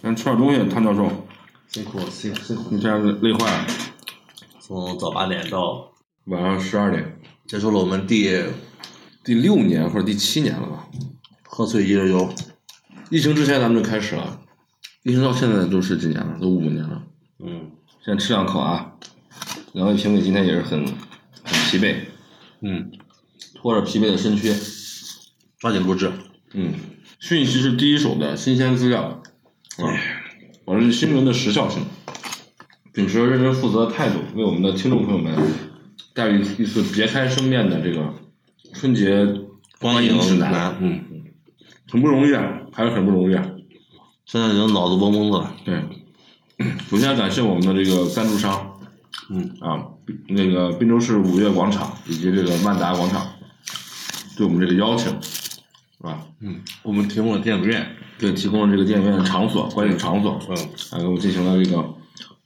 先吃点东西，谭教授，辛苦辛苦辛苦你。这样累坏了。从早八点到晚上十二点，结束了我们第第六年或者第七年了吧？贺岁一日游，疫情之前咱们就开始了，疫情到现在都是几年了，都五年了。嗯先吃两口啊！两位评委今天也是很很疲惫，嗯，拖着疲惫的身躯。抓紧录制，嗯，讯息是第一手的新鲜资料，啊，保证新闻的时效性，秉持认真负责的态度，为我们的听众朋友们带来一次别开生面的这个春节光影指南，南，嗯，很不容易啊，还是很不容易啊。现在已经脑子嗡嗡的了，对，首先感谢我们的这个赞助商，嗯啊，那个滨州市五月广场以及这个万达广场对我们这个邀请，啊，嗯，我们提供了电影院，对提供了这个电影院的场所、观影场所，嗯，啊，给我们进行了这个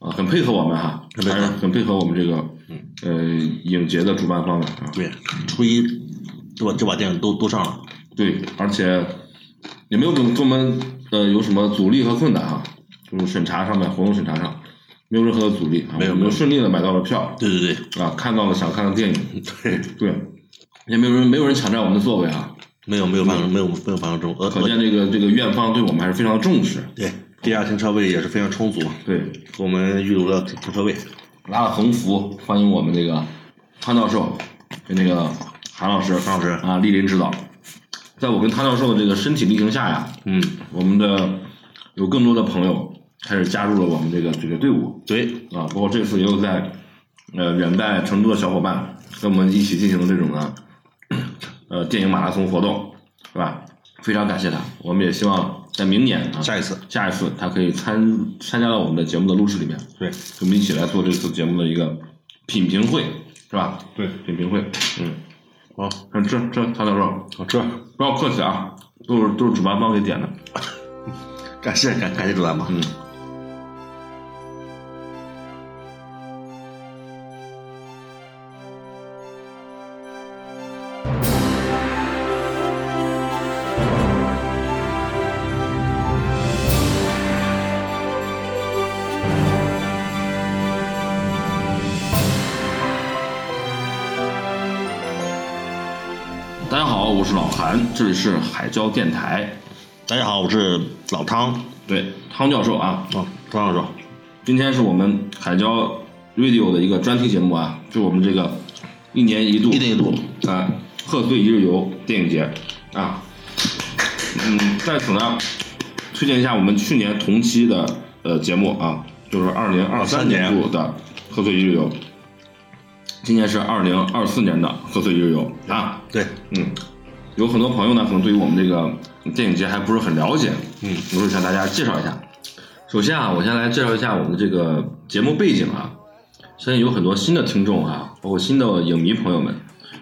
啊，很配合我们哈，很配合还是很配合我们这个呃影节的主办方的啊，对，初一就把就把电影都都上了，对，而且也没有给我们呃有什么阻力和困难啊，就是审查上面活动审查上没有任何的阻力啊，没有我没有们顺利的买到了票对对对，啊，看到了想看的电影，对，对，也没有人没有人抢占我们的座位啊，没有没有发生没有没有发生这种，呃，可见这个这个院方对我们还是非常重视，对，地下停车位也是非常充足，啊对，我们预留了停停车位，拉了横幅欢迎我们这个潘教授跟那个韩老师，韩老师啊莅临指导，在我跟谭教授的这个身体力行下呀，嗯，我们的有更多的朋友开始加入了我们这个这个队伍对，啊，包括这次也有在呃远在成都的小伙伴跟我们一起进行这种的呃电影马拉松活动，是吧？非常感谢他，我们也希望在明年啊下一次，下一次他可以参参加到我们的节目的录制里面，对我们一起来做这次节目的一个品评会，是吧？对，品评会，嗯，好，嗯，这这谭教授好吃，不要客气啊，都是都是主办方给点的，感谢感感谢主办吧，嗯。大家好，我是老韩，这里是海椒电台。大家好，我是老汤，对，汤教授啊，啊，汤教授，今天是我们海椒 Radio 的一个专题节目啊，就是我们这个一年一度一年一度啊贺岁一日游电影节啊，嗯，在此呢推荐一下我们去年同期的呃节目啊，就是二零二三年度的贺岁一日游，今年是二零二四年的贺岁一日游啊，对，嗯，有很多朋友呢，可能对于我们这个电影节还不是很了解，嗯，我就向大家介绍一下。首先啊，我先来介绍一下我们这个节目背景啊。相信有很多新的听众啊，包括新的影迷朋友们，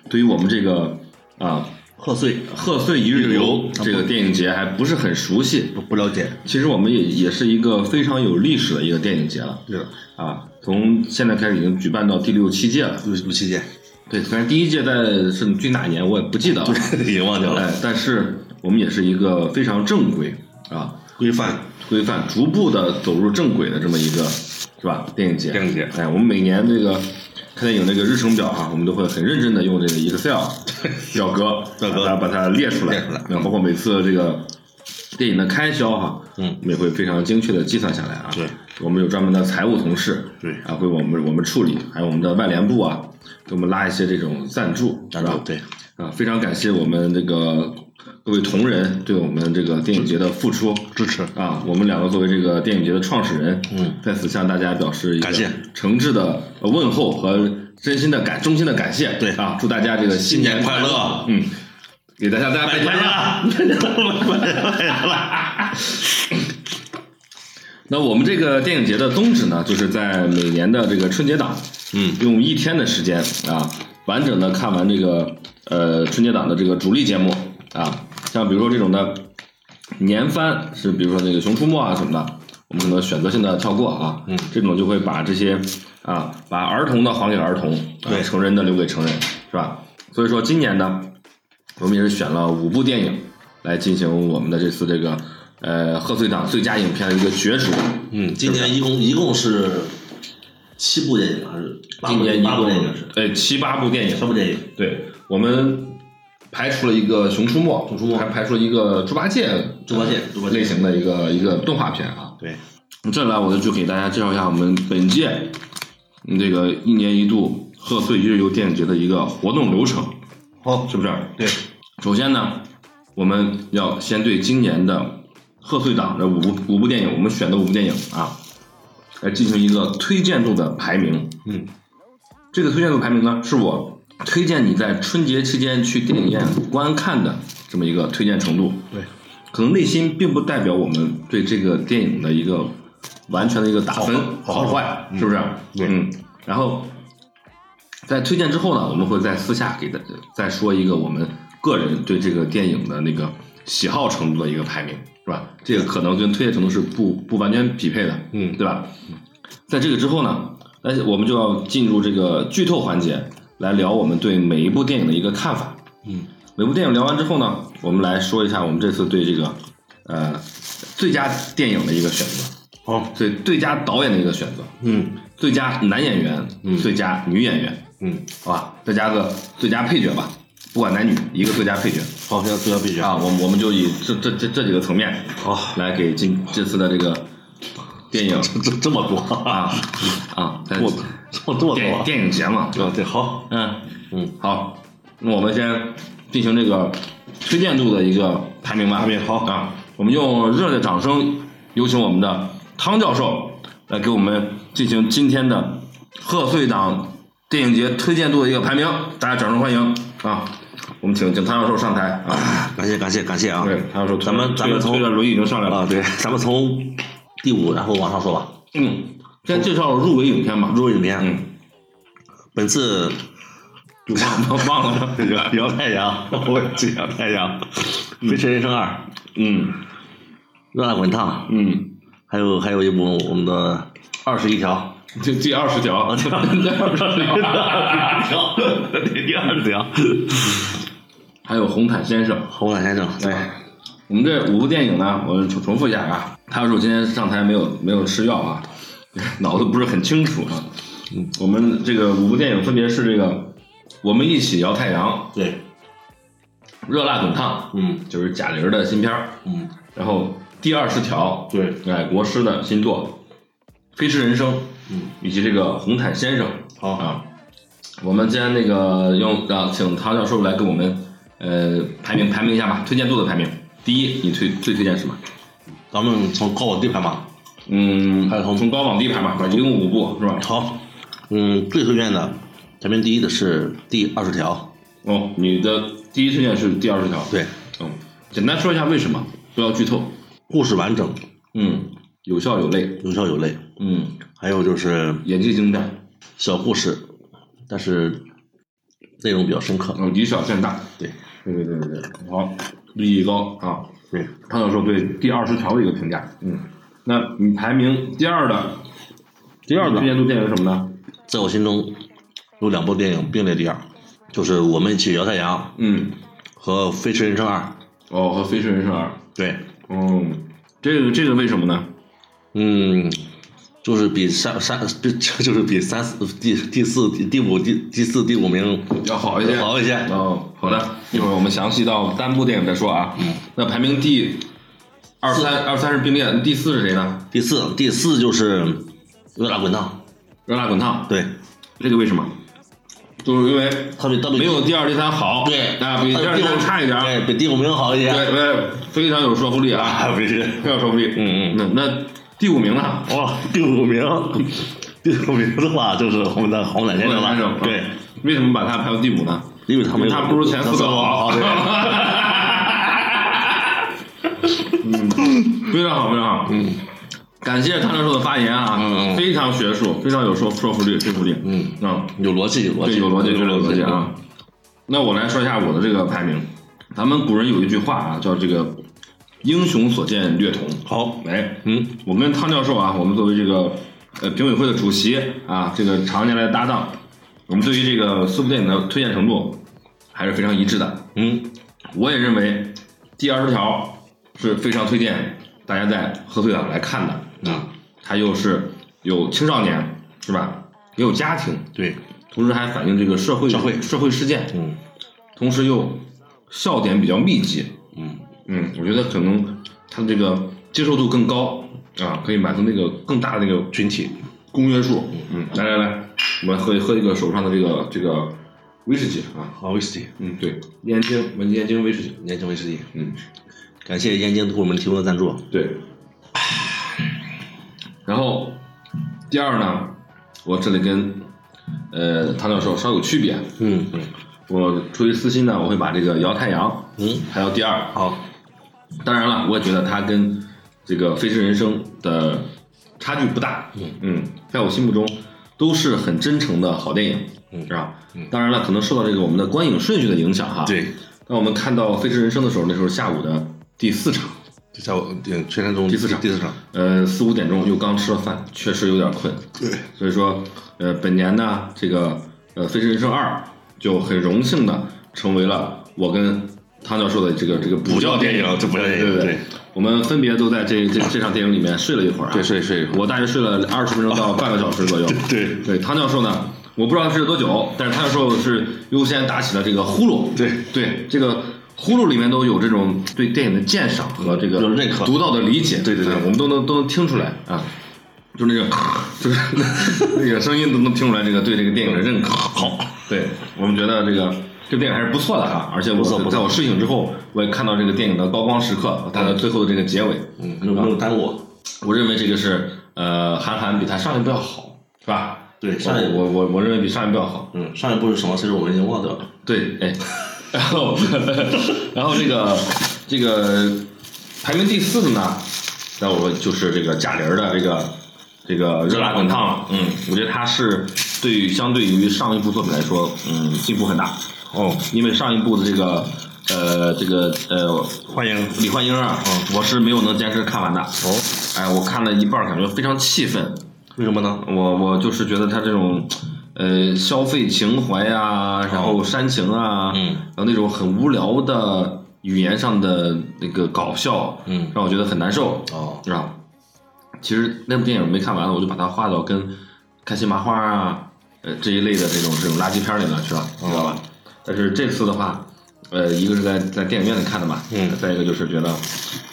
对于我们这个啊贺岁贺岁一日游啊这个电影节还不是很熟悉。不不了解，其实我们也也是一个非常有历史的一个电影节了对了，啊，从现在开始已经举办到第六七届了。有有期间，对，虽然第一届在是具体哪年我也不记得了， 已经忘掉了，哎，但是我们也是一个非常正规啊，规范，规范逐步的走入正轨的这么一个是吧？电影节，电影节哎，我们每年这个看电影这个日程表哈、我们都会很认真的用这个 Excel 表格，表格把它把它列出来，列出来那包括每次这个电影的开销哈、嗯我们也会非常精确的计算下来啊。对，我们有专门的财务同事，对啊，会我们我们处理，还有我们的外联部啊，给我们拉一些这种赞助，是吧？对，啊，非常感谢我们这个各位同仁对我们这个电影节的付出支持，啊！我们两个作为这个电影节的创始人，嗯，在此向大家表示一个感谢诚挚的问候和真心的感衷心的感谢。对啊，祝大家这个新年快快乐嗯，给大家大家拜年了。那我们这个电影节的宗旨呢，就是在每年的这个春节档， 嗯，用一天的时间啊，完整的看完这个呃春节档的这个主力节目啊，像比如说这种的年番是比如说那个《熊出没》啊什么的，我们可能选择性的跳过啊，嗯，这种就会把这些啊把儿童的还给儿童，啊对成人的留给成人，是吧？所以说今年呢，我们也是选了五部电影来进行我们的这次这个呃贺岁档最佳影片的一个角逐。嗯，今年一共一共是七部电影还是八部？今年一八部共电影是呃七八部电影什，么电影？对我们排除了一个《熊出没》，熊出没还排除了一个猪八戒猪八戒，猪八戒类型的一个一个动画片啊。对，这来我就去给大家介绍一下我们本届嗯这个一年一度贺岁一日游电影节的一个活动流程，好，是不是？对，首先呢，我们要先对今年的贺岁档的五部五部电影，我们选的五部电影啊，来进行一个推荐度的排名。嗯，这个推荐度排名呢，是我推荐你在春节期间去电影院观看的这么一个推荐程度。对，可能内心并不代表我们对这个电影的一个完全的一个打分好好好坏，是不是？对嗯，然后在推荐之后呢，我们会在私下给大家再说一个我们个人对这个电影的那个喜好程度的一个排名，是吧？这个可能跟推荐程度是不不完全匹配的，嗯对吧？在这个之后呢，那我们就要进入这个剧透环节，来聊我们对每一部电影的一个看法。嗯，每部电影聊完之后呢，我们来说一下我们这次对这个呃最佳电影的一个选择，好，对最佳导演的一个选择，嗯最佳男演员，嗯最佳女演员，嗯，好吧，再加个最佳配角吧，不管男女，一个最佳配角好，现在最佳配角，啊，我们我们就以这这这这几个层面好，来给今这次的这个电影 这这么多， 啊啊，这么这么多，电影电影节嘛，对对，好，嗯嗯，好，那我们先进行这个推荐度的一个排名吧。排名好啊，我们用热烈掌声有请我们的汤教授来给我们进行今天的贺岁档电影节推荐度的一个排名，大家掌声欢迎啊！我们请请汤教授上台啊！感谢感谢感谢啊，对，汤教授推着，咱们咱们推着推着轮椅已经上来了。啊，对，咱们从第五然后往上说吧。嗯，先介绍入围影片吧。入围影片，嗯，本次就忘了 忘了《摇摇太阳》，我这摇太阳，《飞驰人生二》《嗯热辣滚烫》，嗯，还有还有一部我们的二十一 条，就第二十条， 第二十条。第二十条，还有《红毯先生》。红毯先生，哎对，哎我们这五部电影呢，我重重复一下啊，他说今天上台没有没有吃药啊，脑子不是很清楚啊。嗯，我们这个五部电影分别是这个《我们一起摇太阳对，》 《热辣滚烫嗯》，就是贾玲的新片儿，嗯，然后《第二十条对，》，哎，国师的新作《飞驰人生》，嗯，以及这个《红毯先生》好，啊。我们今天那个用让请唐教授来给我们呃排名排名一下吧，推荐度的排名。第一，你推最推荐什么？咱们从高往低排嘛，嗯，还有从从高往低排吧，一共五部是吧？好，嗯，最推荐的排名第一的是第二十条，哦，你的第一推荐是第二十条，，对，嗯，简单说一下为什么，不要剧透，故事完整，嗯，有笑有泪，有笑有泪，嗯，还有就是演技精湛，小故事，但是内容比较深刻，嗯，以小见大，对，对对对对对，好，利益高啊，对。潘教授对第二十条的一个评价，嗯，那你排名第二的，第二个推荐度电影是什么呢？在我心中有两部电影并列第二，就是《我们一起摇太阳嗯，》和《飞驰人生二》。哦，和《飞驰人生二》，对，嗯，这个这个为什么呢？嗯，就是比三三， 比就是比三四第第四第第五第第四第五名要好一些，好一些。哦，好的，一会儿我们详细到单部电影再说啊。嗯，那排名第二三二三是并列，第四是谁呢？第四第四就是《热辣滚烫热辣滚烫》，，对，这个为什么？就是因为它比它比没有第二、第三好，对啊，比它第二、第第三五差一点儿，对比第五名好一些。对对，非常有说服力啊， 啊，不是，非常有说服力。嗯嗯，那那第五名呢？ 哇，第五名，第五名的话就是我们的红蓝先生男了生，对，，为什么把它排到第五呢？因为他因们为它不如前四个好好，对。嗯非常好，非常好。嗯，感谢汤教授的发言啊，嗯嗯非常学术，非常有说说服力，说服力。嗯啊， 有逻辑，有逻对，辑，有逻辑，有有逻辑啊。。那我来说一下我的这个排名。咱们古人有一句话啊，叫这个“英雄所见略同”。好，哎，嗯，我跟汤教授啊，我们作为这个呃评委会的主席啊，这个常年来搭档，我们对于这个四部电影的推荐程度还是非常一致的。嗯，我也认为第二十条是非常推荐大家在贺岁档来看的啊，它又是有青少年是吧，也有家庭，对，同时还反映这个社会社会社会事件，嗯同时又笑点比较密集，嗯，嗯，我觉得可能它这个接受度更高啊，可以满足那个更大的那个群体，公约数。嗯，来来来，我们喝一喝一个手上的这个这个威士忌啊。好威士忌，嗯，对，燕京文燕京威士忌。燕京威士忌，嗯，感谢燕京给我们提供的赞助，对。然后第二呢，我这里跟呃唐教授稍有区别，嗯嗯我出于私心呢，我会把这个摇太阳嗯，还有第二好，当然了，我也觉得它跟这个《飞驰人生》的差距不大。嗯在我心目中都是很真诚的好电影，嗯是吧？嗯当然了，可能受到这个我们的观影顺序的影响哈。，对，当我们看到《飞驰人生》的时候，那时候下午的第四场，就在我嗯全山中第四场第四场，呃，四五点钟又刚吃了饭，确实有点困。对，所以说，呃，本年呢，这个呃《飞驰人生二》就很荣幸的成为了我跟汤教授的这个这个补教电影，这补教电影，对对我们分别都在这这这场电影里面睡了一会儿啊。对，睡睡，我大约睡了二十分钟到半个小时左右。对对，唐教授呢，我不知道睡了多久，但是唐教授是优先打起了这个呼噜。对对，这个呼噜里面都有这种对电影的鉴赏和这个有认可独到的理解。对对对啊我们都能都能听出来啊。就那个，就是那个声音都能听出来，这个对这个电影的认可。好，对我们觉得这个这电影还是不错的啊哈，而且不错不我错在我睡醒之后，我也看到这个电影的高光时刻，它的最后的这个结尾，嗯，没有没有耽误，我认为这个是呃，韩寒比他上一部要好，是吧？对，上一我我我我认为比上一部要好。嗯上一部是什么？其实我们已经忘掉了，对，哎，然后然后这个这个排名第四的呢，那我就是这个贾玲儿的这个这个热辣滚烫了。嗯，我觉得他是对于相对于上一部作品来说，嗯，进步很大。哦，因为上一部的这个呃这个呃欢迎，李焕英啊，我是没有能坚持看完的。哦，哎，我看了一半儿，感觉非常气愤。为什么呢？我我就是觉得他这种，呃，消费情怀啊，然后煽情啊，嗯然后那种很无聊的语言上的那个搞笑，嗯让我觉得很难受，哦，是吧？其实那部电影没看完，我就把它划到跟开心麻花啊，呃这一类的这种这种垃圾片里面去了，知道吧？但是这次的话，呃，一个是在在电影院里看的嘛，嗯再一个就是觉得，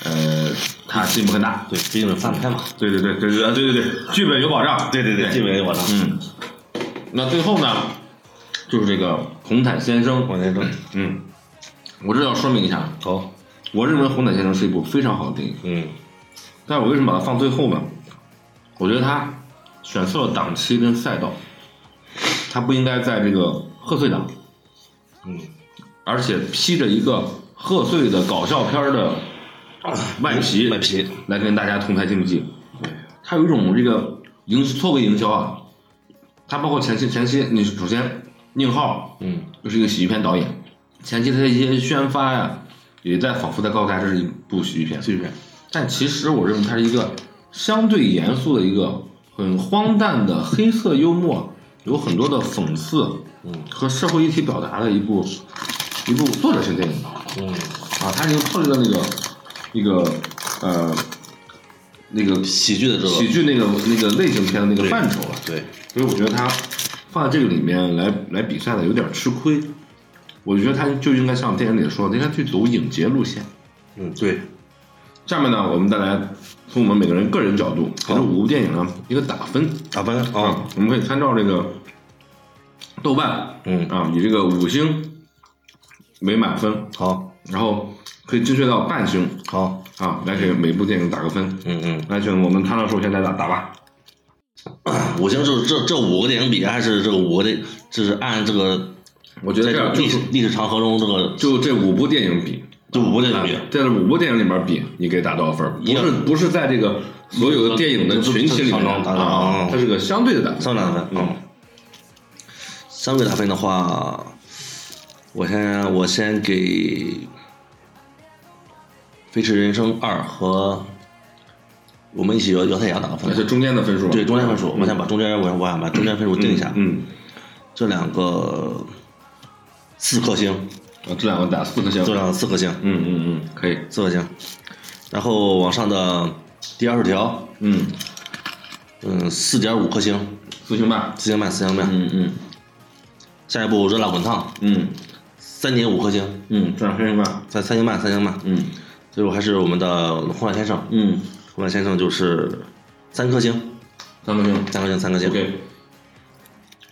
呃，它进步很大，对，毕竟是翻拍嘛，对对对对对啊对对对，剧本有保障，对对对基本上我上，嗯，那最后呢，就是这个红毯先生，往前说，嗯，我这要说明一下，好，我认为红毯先生是一部非常好的电影，嗯但是我为什么把它放最后呢？我觉得他选错了档期跟赛道，他不应该在这个贺岁档，嗯，而且披着一个贺岁的搞笑片儿的外皮，卖嗯皮，来跟大家同台竞技。它有一种这个营错位营销啊，它包括前期前期，你首先宁浩嗯就是一个喜剧片导演，前期他的一些宣发呀、也在仿佛在告诉大家这是一部喜剧片，这边，但其实我认为它是一个相对严肃的一个很荒诞的黑色幽默，有很多的讽刺嗯和社会议题表达的一部一部作者性电影。嗯，啊，他已经脱离了那个那个呃那个喜剧的这个，喜剧那个那个类型片的那个对范畴了，对，所以我觉得他放在这个里面来来比赛呢，有点吃亏。我觉得他就应该像电影里说的，应该去走影节路线。嗯对，下面呢，我们再来从我们每个人个人角度给这五部电影呢一个打分打分啊，啊，我们可以参照这个豆瓣嗯，啊，以这个五星为满分，好，然后可以精确到半星好，啊，来给每部电影打个分。嗯嗯，来，兄弟，我们汤教授先来打打吧。五星就是这这五个电影比，还是这个五个电，就是按这个我觉在得这这个样就历史是历史长河中这个就这五部电影比，这五个电影啊比，在这五部电影里面比，你给打多少分？不一样嗯是不是在这个所有的电影的群体里面这这这这啊嗯，它是个相对的打分。三个打分，嗯，三个打分的话，我先我先给《飞驰人生二》和我们一起摇摇太阳打个那分，是中间的分数吧。对中间分数，我想把中间我想我想把中间分数定一下，嗯，这两个四颗星，啊这两个打四颗星。这两个四颗星，嗯嗯嗯，可以。四颗星，然后往上的第二十条，嗯，嗯，四点五颗星，四星半，四星半，四星半。嗯嗯下一步热辣滚烫，嗯三点五颗星，嗯，这两三星半，三三星半，三星半。嗯最后还是我们的红海先生，嗯，红海先生就是三颗星，三颗星三颗星，三颗星。 ，OK。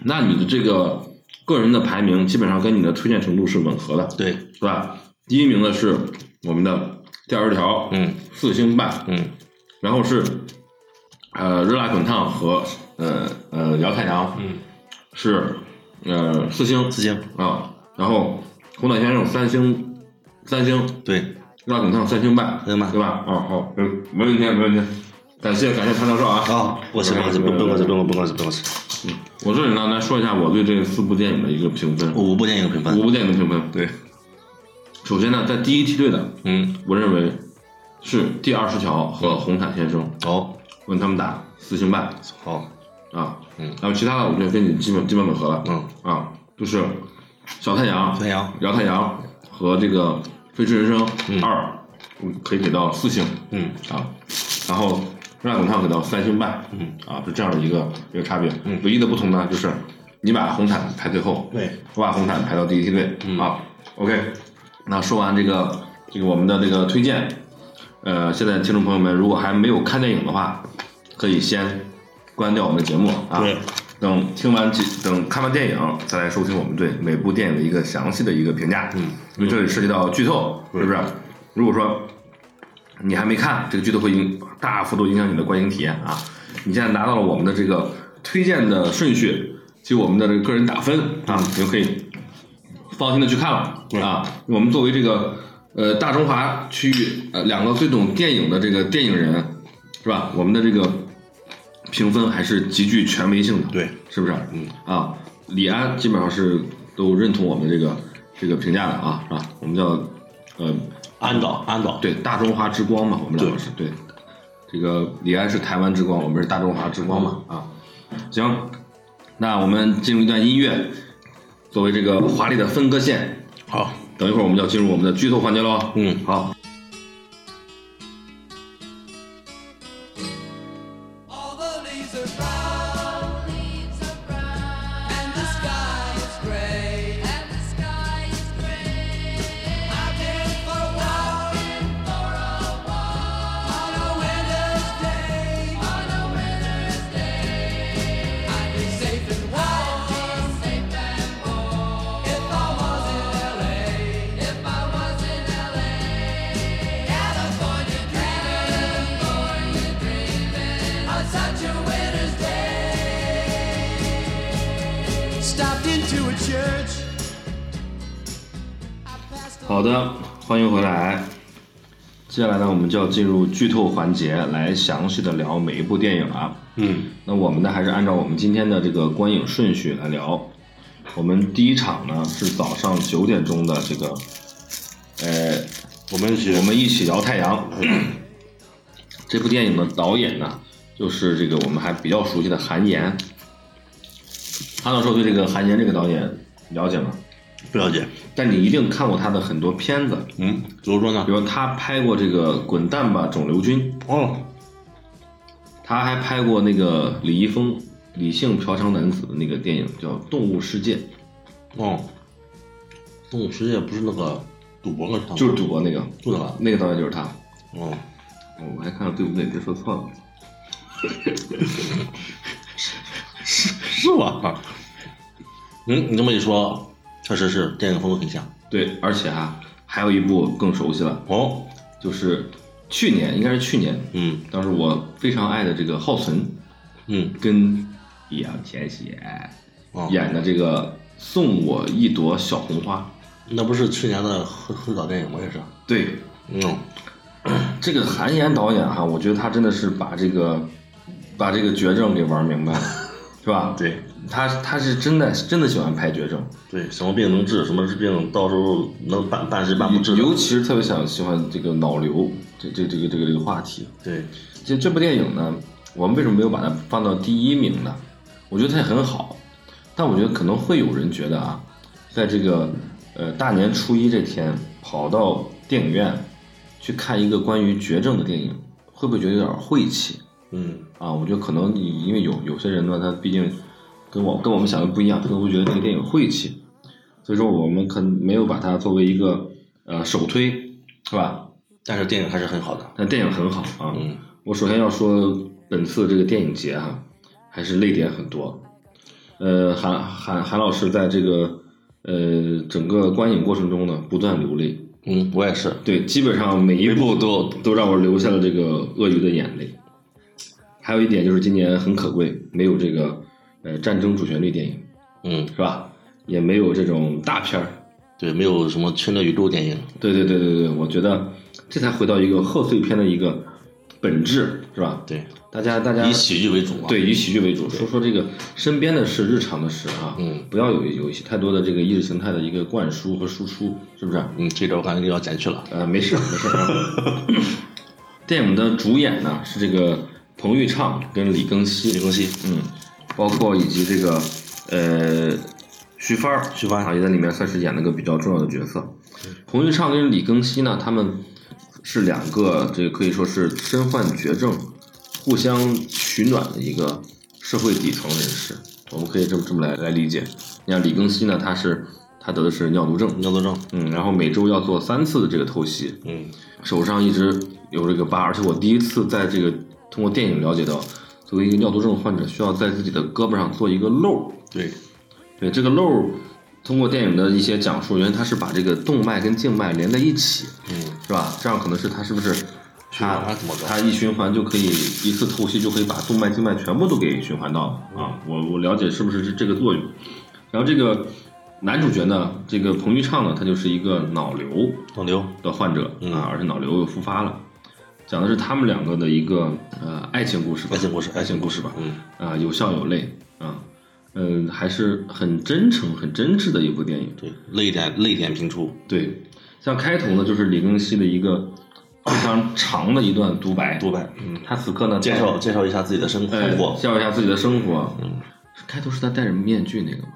那你的这个个人的排名基本上跟你的推荐程度是吻合的，对，是吧？第一名的是我们的第二十条，嗯四星半，嗯然后是呃热辣滚烫和呃呃辽太阳，嗯，是呃四星四星，啊，然后红岛先生三星三星，对，热辣滚烫三星半，三星半对吧？啊好，嗯，没问题没问题，感谢感谢潘教授啊，好，不客气，不客气，不不客气，不客气，不客气。我这里呢来说一下我对这四部电影的一个评分，五部电影评五分，部电影的评分。对，首先呢，在第一梯队的，嗯，我认为是第二十条和红毯先生，好，问他们打四星半好，啊，嗯，然后其他的我觉得跟你基本基本吻合了，嗯，啊，就是小太阳、太阳，辽太阳和这个《飞驰人生二》，嗯，可以给到四星嗯啊，然后热辣滚烫给到三星半，嗯，啊，是这样的一个一个差别，嗯唯一的不同呢就是你把红毯排最后，对，我把红毯排到第一梯队、嗯啊，OK，那说完这个这个我们的这个推荐，呃，现在听众朋友们如果还没有看电影的话，可以先关掉我们的节目啊，对，等听完几等看完电影，再来收听我们对每部电影的一个详细的一个评价。嗯，因为这里涉及到剧透，是不是？如果说你还没看，这个剧透会影大幅度影响你的观影体验啊！你现在拿到了我们的这个推荐的顺序及我们的这个个人打分啊，你就可以放心的去看了嗯对啊。我们作为这个呃大中华区域呃两个最懂电影的这个电影人，是吧？我们的这个评分还是极具权威性的，对，是不是？嗯啊，李安基本上是都认同我们这个这个评价的啊，是吧？我们叫呃安导，安导，对大中华之光嘛，我们两个是对这个李安是台湾之光，我们是大中华之光嘛啊。行，那我们进入一段音乐，作为这个华丽的分割线，好，等一会儿我们就要进入我们的剧透环节喽。嗯，好， All the leaves are brown. And the sky is gray. I've been for a walk. On a winter's day. I'd be safe and warm if I was in LA. California dreaming on such a winter's day. Stopped into a church. I passed 好的，欢迎回来。接下来呢，我们就要进入剧透环节，来详细的聊每一部电影啊。嗯那我们呢，还是按照我们今天的这个观影顺序来聊。我们第一场呢是早上九点钟的这个，呃，我们是我们一起聊太阳。这部电影的导演呢，就是这个我们还比较熟悉的韩延。潘教授对这个韩延这个导演了解吗？不了解，但你一定看过他的很多片子，嗯，比如说呢比，如他拍过这个《滚蛋吧，肿瘤君》，哦，他还拍过那个李易峰《理性嫖娼男子》的那个电影叫《动物世界》，哦，动物世界不是那个赌博那场吗，就是赌博那个，就那个，那个导演就是他。哦，哦我还看了对不对？别说错了。是吧？ 嗯，你这么一说，确实是电影风格很像。对，而且啊，还有一部更熟悉了，哦，就是去年，应该是去年，嗯当时我非常爱的这个浩存嗯，跟杨千玺哦，哎演的这个《送我一朵小红花那不是去年的很很早电影吗？也是，》。对，嗯，这个韩延导演啊哈，我觉得他真的是把这个把这个绝症给玩明白了，是吧？，对他他是真的真的喜欢拍绝症，对，什么病能治，什么病到时候能办办事办不治的，尤其是特别想喜欢这个脑瘤这这这个这个这个话题。对，这这部电影呢，我们为什么没有把它放到第一名呢？我觉得它也很好，但我觉得可能会有人觉得啊，在这个呃大年初一这天跑到电影院去看一个关于绝症的电影，会不会觉得有点晦气嗯啊？我觉得可能你因为有有些人呢，他毕竟跟我跟我们想的不一样，他可能会觉得这个电影晦气，所以说我们可没有把它作为一个呃首推，是吧？但是电影还是很好的。但电影很好啊，嗯，我首先要说，本次这个电影节啊，还是泪点很多。呃，韩韩韩老师在这个呃整个观影过程中呢，不断流泪。嗯，我也是，对，基本上每一每部部都都让我流下了这个鳄鱼的眼泪。还有一点就是今年很可贵，没有这个呃战争主旋律电影，嗯，是吧？也没有这种大片儿。对，没有什么侵略宇宙电影。对对对对对，我觉得这才回到一个贺岁片的一个本质，是吧？对，大家大家以喜剧为主嘛。，对，以喜剧为主，说说这个身边的事、日常的事啊，嗯不要有有一些太多的这个意识形态的一个灌输和输出，是啊不是？嗯，这段我感觉要剪去了。呃，没事没事啊。电影的主演呢是这个彭昱畅跟李庚李希，庚希，嗯，包括以及这个呃徐帆儿，徐帆啊也在里面算是演了个比较重要的角色。彭昱畅跟李庚希呢，他们是两个这个可以说是身患绝症、互相取暖的一个社会底层人士，我们可以这么这么来来理解。你看李庚希呢，他是他得的是尿毒症，尿毒症。嗯，然后每周要做三次的这个透析，嗯手上一直有这个疤，而且我第一次在这个通过电影了解到，作为一个尿毒症患者，需要在自己的胳膊上做一个漏。，对，对，这个漏，通过电影的一些讲述，原来它是把这个动脉跟静脉连在一起，嗯，是吧？这样可能是它是不是它循环怎么着它一循环就可以一次透析就可以把动脉静脉全部都给循环到了嗯啊？我我了解是不是是这个作用？然后这个男主角呢，这个彭昱畅呢，他就是一个脑瘤，脑瘤。的患者嗯啊，而且脑瘤又复发了。讲的是他们两个的一个呃爱情故事吧，爱情故事爱情故事吧，嗯啊，有笑有泪啊，嗯，还是很真诚、很真挚的一部电影。对，泪点泪点频出。对，像开头呢，就是李庚希的一个非常长的一段独白，独白。嗯，哎他此刻呢介绍介绍一下自己的生带生呃活。介绍一下自己的生活。嗯，开头是他戴着面具那个吗？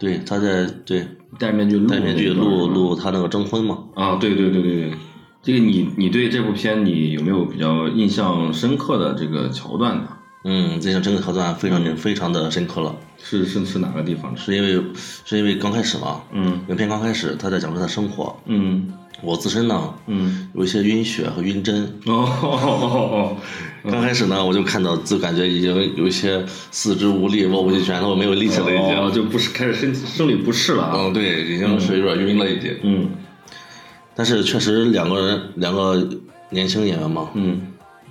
对，他在对戴着面具录戴面具那段录是吧录他那个征婚嘛。啊，对对对对对，这个你你对这部片你有没有比较印象深刻的这个桥段呢？嗯，这个这个桥段非常、嗯非常的深刻了，是是是哪个地方？是是因为是因为刚开始嘛，嗯影片刚开始他在讲述他的生活，嗯我自身呢嗯有一些晕血和晕针，哦哦 刚开始呢我就看到就感觉已经有一些四肢无力，握不起拳头，没有力气了已经，哦，就不是开始身生理不适了啊。嗯对，已经是有点晕了一点，嗯但是确实两个人两个年轻演员嘛，嗯，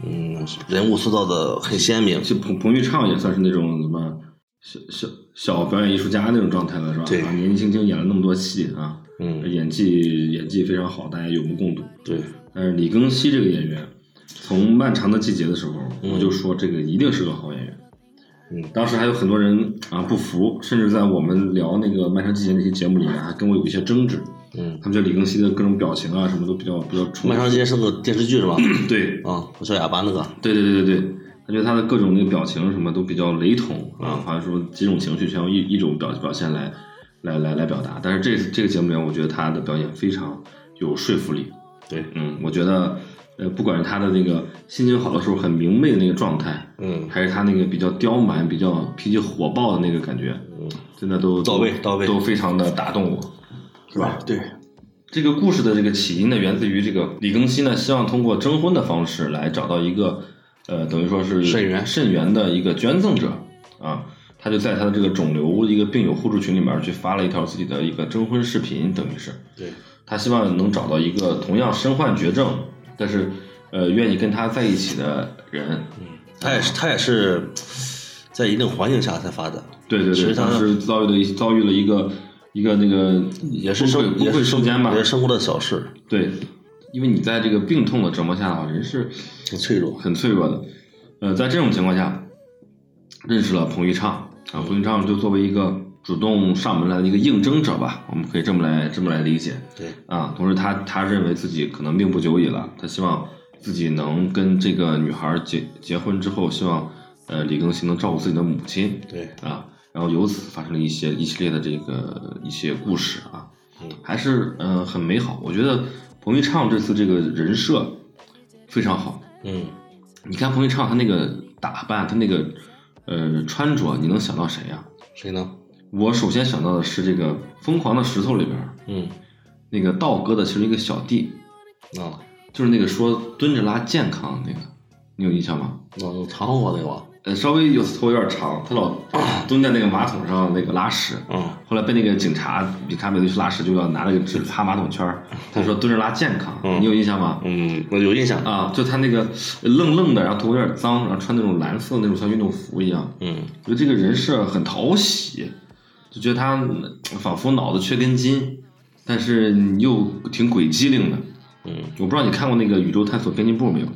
嗯，人物塑造的很鲜明，就彭彭昱畅也算是那种什么小小小表演艺术家那种状态了，是吧？对啊年纪轻轻演了那么多戏啊，嗯，演技演技非常好，大家有目共睹。对，但是李庚希这个演员，从《漫长的季节》的时候，我就说这个一定是个好演员。嗯当时还有很多人啊不服，甚至在我们聊那个《漫长季节》那期节目里面，还跟我有一些争执。嗯，他们觉得李庚希的各种表情啊，什么都比较比较《冲漫长突。街》是个电视 剧是吧？对啊，我小哑巴那个，对对对对对，他觉得他的各种那个表情什么都比较雷同嗯啊，好像说几种情绪全用一一种表表现来来来来表达。但是这这个节目里面，我觉得他的表演非常有说服力。对，嗯，我觉得，呃，不管是他的那个心情好的时候很明媚的那个状态，嗯，还是他那个比较刁蛮、比较脾气火爆的那个感觉，真的都嗯到位到位都非常的打动我。是吧？对，这个故事的这个起因呢，源自于这个李庚希呢，希望通过征婚的方式来找到一个，呃，等于说是肾源肾源的一个捐赠者啊。他就在他的这个肿瘤一个病友互助群里面去发了一条自己的一个征婚视频，等于是，对，他希望能找到一个同样身患绝症，但是呃愿意跟他在一起的人。他也是他也是在一定环境下才发的，对对其对，实他当时遭遇了一遭遇了一个一个那个也是崩溃生崩也溃是瞬生间吧也。是生活的小事，对，因为你在这个病痛的折磨下的话，人是挺脆弱。很脆弱的。呃，在这种情况下，认识了彭昱畅啊，彭昱畅就作为一个主动上门来的一个应征者吧，我们可以这么来这么来理解。对，啊，同时他他认为自己可能命不久矣了，他希望自己能跟这个女孩结结婚之后，希望呃李庚希能照顾自己的母亲对，啊，然后由此发生了一些一系列的这个一些故事啊嗯，还是呃很美好。我觉得彭昱畅这次这个人设非常好。嗯，你看彭昱畅他那个打扮，他那个呃穿着，你能想到谁呀、啊谁呢？我首先想到的是这个《疯狂的石头》里边儿嗯，那个道哥的其中一个小弟，啊，就是那个说蹲着拉健康的那个，你有印象吗？那有长头发那个，呃，稍微有头有点长，他 老蹲在那个马桶上那个拉屎，嗯后来被那个警察，警察每次去拉屎就要拿那个纸擦马桶圈儿，他说蹲着拉健康，嗯你有印象吗？嗯，我有印象，啊，就他那个愣愣的，然后头发有点脏，然后穿那种蓝色那种像运动服一样，嗯我觉得这个人设很讨喜，就觉得他嗯仿佛脑子缺根筋，但是又挺鬼机灵的。嗯，我不知道你看过那个《宇宙探索编辑部》没有？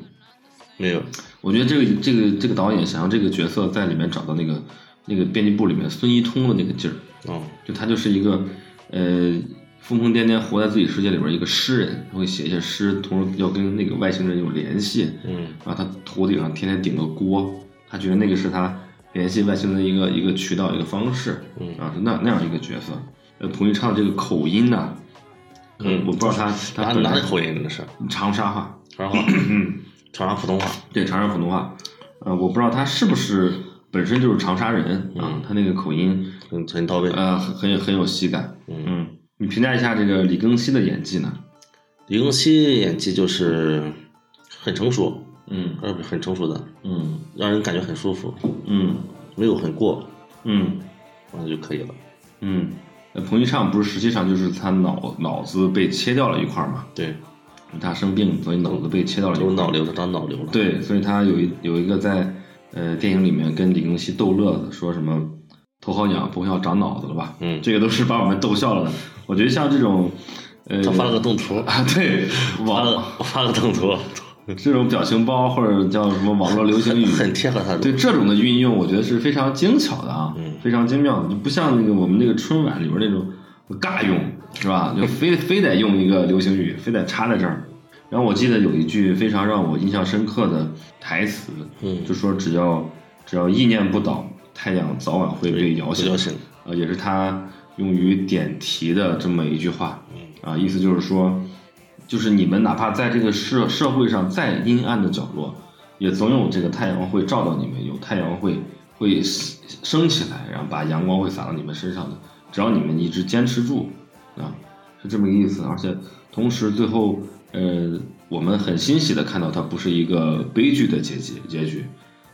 没有，我觉得这个这个这个导演想让这个角色在里面找到那个那个编辑部里面孙一通的那个劲儿，嗯就他就是一个呃疯疯癫癫活在自己世界里边一个诗人，他会写一些诗，同时要跟那个外星人有联系。嗯然后他头顶上天天顶个锅，他觉得那个是他联系外星人的一个一个渠道一个方式，嗯啊，是那那样一个角色。呃，彭昱畅这个口音呢、嗯我不知道他哪他哪里里口音真的是，长沙话，长 沙话，长沙普通话，对长沙普通话，呃，我不知道他是不是本身就是长沙人啊嗯，他那个口音很很到位。呃很很有很有喜感，嗯嗯，你评价一下这个李庚希的演技呢？李庚希演技就是很成熟，嗯呃，很成熟的，嗯让人感觉很舒服，嗯没有很过，嗯完了就可以了。嗯，呃彭昱畅不是实际上就是他脑脑子被切掉了一块儿嘛，对，他生病，所以脑子被切到了一有块。脑瘤，他长脑瘤了。，对，所以他有一有一个在呃电影里面跟李庚希逗乐子，说什么头好痒，不会要长脑子了吧？嗯这个都是把我们逗笑了的。我觉得像这种呃，他发了个动图，啊，对，发网了发了个动图，这种表情包或者叫什么网络流行语，很贴合他的。对这种的运用，我觉得是非常精巧的啊，嗯非常精妙的，就不像那个我们那个春晚里边那种尬用，是吧？ 就非非得用一个流行语，非得插在这儿。然后我记得有一句非常让我印象深刻的台词，嗯就说只要只要意念不倒，太阳早晚会被摇不醒叫。醒。啊，也是他用于点题的这么一句话，嗯啊，意思就是说，就是你们哪怕在这个社社会上再阴暗的角落，也总有这个太阳会照到你们，有太阳会会升起来，然后把阳光会洒到你们身上的。只要你们一直坚持住，啊，是这么个意思。而且同时最后，呃，我们很欣喜的看到它不是一个悲剧的结局结局。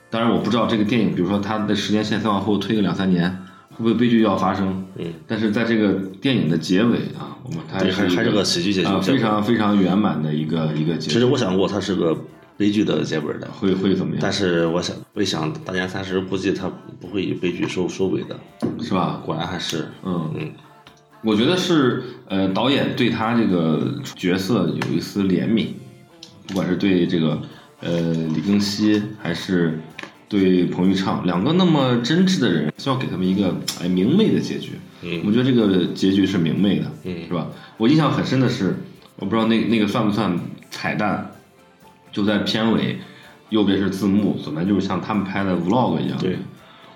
当然，我不知道这个电影，比如说它的时间线再往后推个两三年，会不会悲剧要发生？嗯，但是在这个电影的结尾啊，我们它对，还一还是个个喜剧结局啊，非。常非常圆满的一个一个其结实局。我想过，它是个悲剧的结尾的，会会怎么样但？是我想，我一想，大年三十估计它不会以悲剧收收尾的。是吧？果然还是，嗯嗯，我觉得是呃，导演对他这个角色有一丝怜悯，不管是对这个呃李庚希，还是对彭昱畅，两个那么真挚的人，需要给他们一个哎明媚的结局。嗯我觉得这个结局是明媚的，嗯是吧？我印象很深的是，我不知道那那个算不算彩蛋，就在片尾，右边是字幕，左边就是像他们拍的 vlog 一样。对，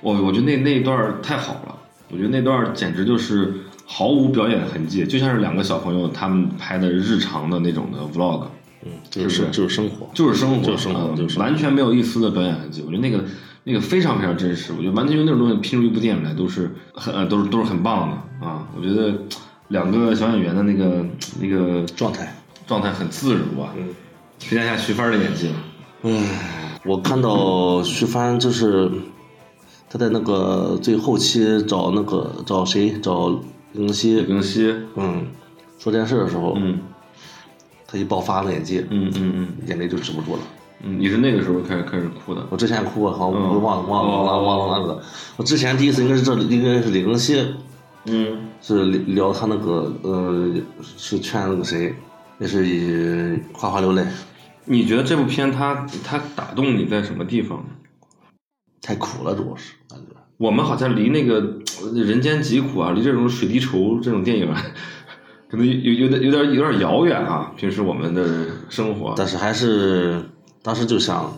我我觉得那那一段儿太好了，我觉得那段儿简直就是毫无表演痕迹，就像是两个小朋友他们拍的日常的那种的 vlog，嗯，就是是不生是就是生活，就是生活，就是生活嗯就是生活完全没有一丝的表演痕迹。我觉得那个那个非常非常真实，我觉得完全用那种东西拼出一部电影来都是很、呃、都是都是很棒的啊！我觉得两个小演员的那个那个状态。状态很自如啊。嗯评价一下徐帆的演技，啊唉，我看到徐帆就是他在那个最后期找那个找谁找林庚李希，庚希，嗯，说这件事的时候，嗯他一爆发了演技，嗯嗯嗯眼泪就止不住了。嗯，你是那个时候开始开始哭的，我之前哭过，好像我嗯忘了忘了忘了忘了忘了。我之前第一次应该是这应该是李庚希嗯。是聊他那个呃是劝那个谁，也是以哗哗流泪，你觉得这部片它它打动你在什么地方？太苦了，主要是感觉。我们好像离那个呃人间疾苦啊，离这种水滴筹这种电影啊， 可能有有点有点有点遥远啊。平时我们的生活，但是还是当时就想，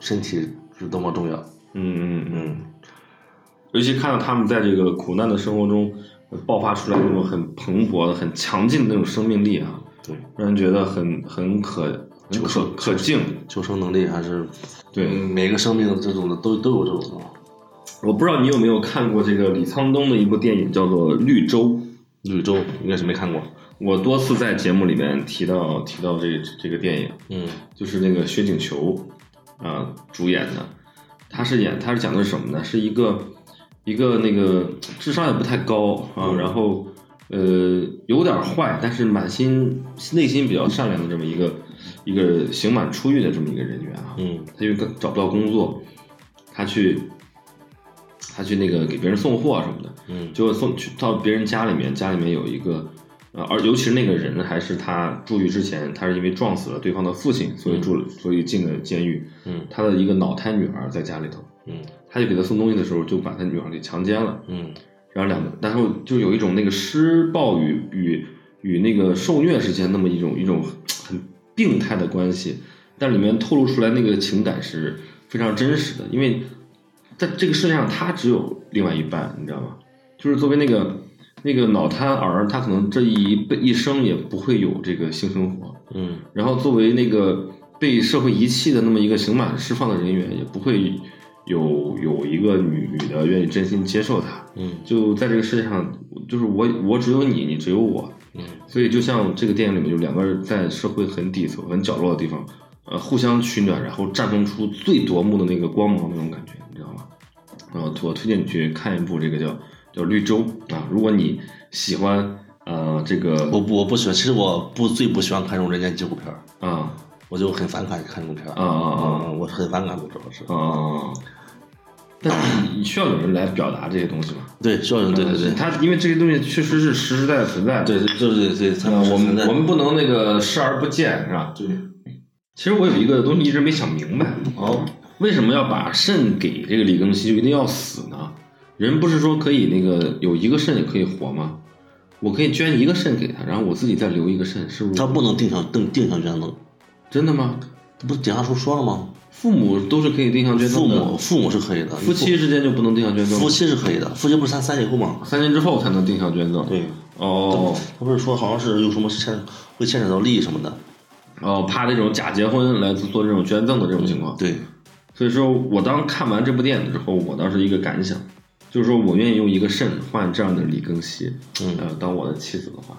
身体是多么重要。嗯嗯嗯，嗯，尤其看到他们在这个苦难的生活中呃爆发出来那种很蓬勃的、很强劲的那种生命力啊，对，让人觉得很很可很可可敬。求生能力还是对，嗯每个生命这种的都都有这种的。我不知道你有没有看过这个李沧东的一部电影，叫做《绿洲》。绿洲应该是没看过，我多次在节目里面提到提到这这个电影，嗯就是那个薛景求啊、主演的，他是演他是讲的是什么呢？是一个一个那个智商也不太高啊，然后呃有点坏，但是满心内心比较善良的这么一个一个刑满出狱的这么一个人员啊，嗯他因为刚找不到工作，他去他去那个给别人送货什么的，嗯结果送去到别人家里面，家里面有一个，呃，而尤其是那个人还是他入狱之前，他是因为撞死了对方的父亲，所以住了，所以进了监狱。嗯他的一个脑瘫女儿在家里头，嗯他就给他送东西的时候，就把他女儿给强奸了。嗯然后两个，然后就有一种那个施暴与与与那个受虐之间那么一种一种很病态的关系，但里面透露出来那个情感是非常真实的，因为在这个世界上他只有另外一半，你知道吗？就是作为那个那个脑瘫儿，他可能这一辈一生也不会有这个性生活，嗯然后作为那个被社会遗弃的那么一个刑满释放的人员，也不会有有一个女女的愿意真心接受他。嗯就在这个世界上，就是我我只有你，你只有我，嗯所以就像这个电影里面，就两个人在社会很底层、很角落的地方，呃，互相取暖，然后绽放出最夺目的那个光芒那种感觉，你知道吗？然后我推荐你去看一部这个叫叫《绿洲》啊，如果你喜欢呃这我个不我不喜欢，其实我不最不喜欢看这种人间纪录片儿，啊我就很反感看这种片儿。啊啊啊嗯我很反感的主要是啊。啊，但是需要有人来表达这些东西嘛？对，效应，对对对，它因为这些东西确实是实实在在存在的，对对就是对，他呃，们我是存在们我们不能那个视而不见，是吧？对，其实我有一个东西一直没想明白，哦，为什么要把肾给这个李庚希就一定要死呢？人不是说可以那个有一个肾也可以活吗？我可以捐一个肾给他，然后我自己再留一个肾，是不他是？不能定向定定向捐赠，真的吗？不是检查书说了吗？父母都是可以定向捐赠父的，母父母是可以的，夫妻之间就不能定向捐赠吗？夫妻是可以的，夫妻不是三三以后吗？三年之后才能定向捐赠。对，哦他不是说好像是有什么牵会牵扯到利益什么的，哦，怕这种假结婚来做这种捐赠的这种情况。对，所以说我当看完这部电影之后，我当时一个感想，就是说我愿意用一个肾换这样的李庚希，嗯呃，当我的妻子的话，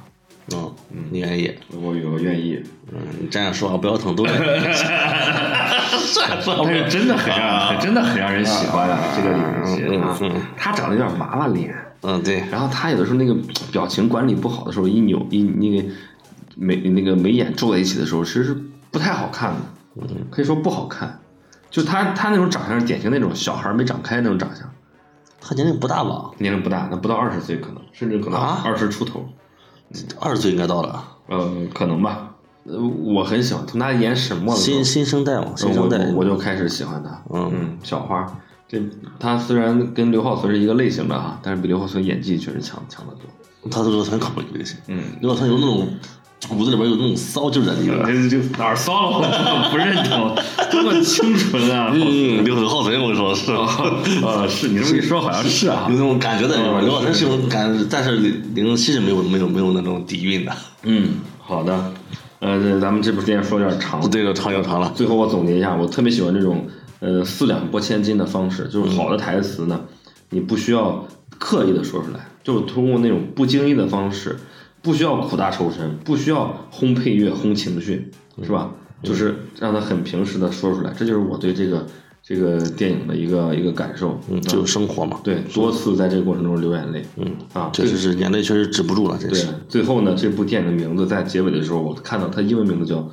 嗯，你愿意，我我愿意。嗯，你这样说话不要疼，都愿 意，算了但是真的很让，很真的很让人喜欢啊，这个李庚希嗯啊嗯嗯，他长得有点麻麻脸，嗯，对，然后他有的时候那个表情管理不好的时候，一扭一那个眉那个眉眼皱在一起的时候，其实是不太好看的，可以说不好看。就他他那种长相是典型那种小孩没长开那种长相。他年龄不大吧？年龄不大，那不到二十岁可能，甚至可能啊二十出头，二十岁应该到了，啊呃，可能吧。呃，我很喜欢从他演沈墨的时候新新生代嘛，新生代，我我就开始喜欢他。嗯小花，这他虽然跟刘浩存是一个类型的啊，但是比刘浩存演技确实强强得多。他都是很可悲的类型，嗯，刘老他有那种骨子里边有那种骚劲儿在里边。 这这哪儿骚了？我不 认同，这么清纯啊！嗯，刘很浩存，我跟你说是，啊，是你这么一说，好像是啊有那。种感觉在里边。嗯刘老存是有感觉，但是李庚希是没有没有没有那种底蕴的。嗯，好的。呃，这咱们这部电影说有点长，对了，长又长了。最后我总结一下，我特别喜欢这种呃四两拨千斤的方式，嗯就是好的台词呢，你不需要刻意的说出来，就是通过那种不经意的方式，不需要苦大仇深，不需要轰配乐、轰情绪，嗯是吧？就是让他很平实的说出来，这就是我对这个这个电影的一个一个感受。啊嗯，就生活嘛。对，多次在这个过程中流眼泪。嗯啊，确实是眼泪确实止不住了，真对是。，最后呢，这部电影的名字在结尾的时候，我看到它英文名字叫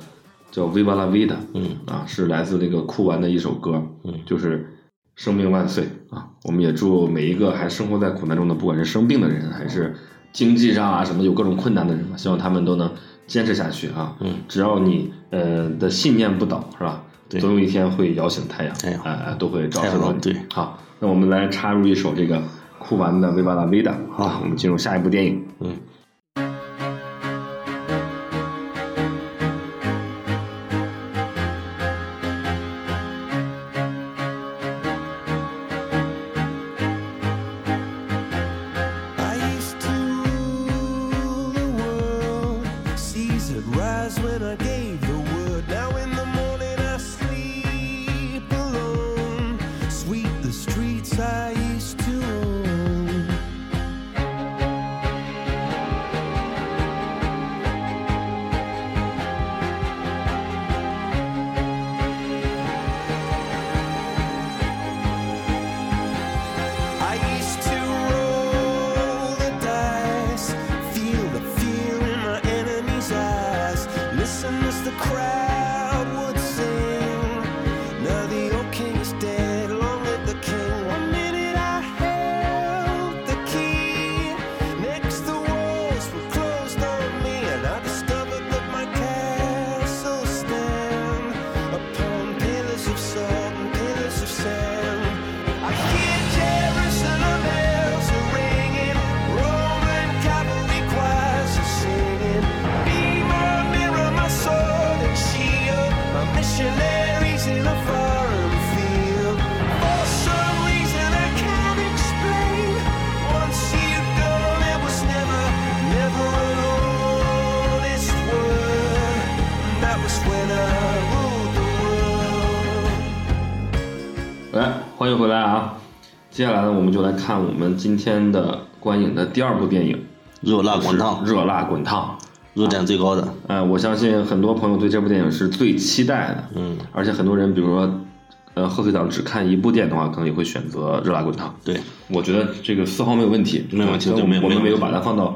叫《Viva la Vida》，嗯啊，是来自那个酷玩的一首歌，嗯就是“生命万岁”啊。我们也祝每一个还生活在苦难中的，不管是生病的人，还是经济上啊什么有各种困难的人吧，希望他们都能坚持下去啊。嗯，只要你呃的信念不倒，是吧？对总有一天会摇醒太阳，太阳哎哎都会照太射阳到光你。对好，那我们来插入一首这个酷玩的《维瓦拉维达》啊，我们进入下一部电影。嗯， I used to rule the world, Caesar right. house I used to own. I used to roll the dice, feel the fear in my enemy's eyes, listen as the crowd would sing. Now the old king is dead, long live the king. One minute I held the key, next the walls were closed on me, and I discovered that my castle stand upon pillars of salt and pillars of sand. I hear Jerusalem bells are ringing, Roman cavalry choirs are singing. Be my mirror, my sword and shield, my missionaries in a foreign field. For some reason I can't explain. Once you gone, there was never, never an honest word. That was when I ruled the world. 来，欢迎回来啊！接下来呢，我们就来看我们今天的观影的第二部电影热辣《滚烫，热辣滚烫》。热点最高的，呃，我相信很多朋友对这部电影是最期待的，嗯，而且很多人，比如说，呃，贺岁档只看一部电影的话，可能也会选择《热辣滚烫》。对，我觉得这个丝毫没有问题，没有问题对吧这我没们有我们没没有有把它放到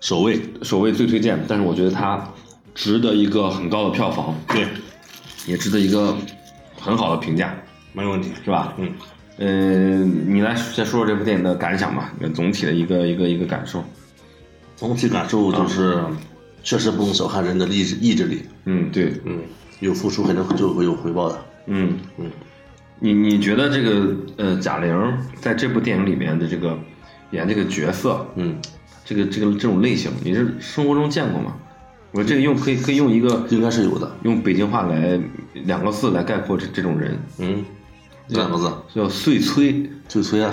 首位，首位最推荐，但是我觉得它值得一个很高的票房，对，也值得一个很好的评价，没有问题。是吧？嗯，呃，你来先说说这部电影的感想吧，你的总体的一个一个一个感受。总体感受就是，确实不能小看人的意志意志力，嗯，对，嗯，有付出肯定就会有回报的。嗯嗯，你你觉得这个呃贾玲在这部电影里面的这个演这个角色，嗯，这个这个这种类型，你是生活中见过吗？我这个用可以可以用一个应该是有的。用北京话来两个字来概括这这种人，嗯，两个字，叫碎催，最催啊，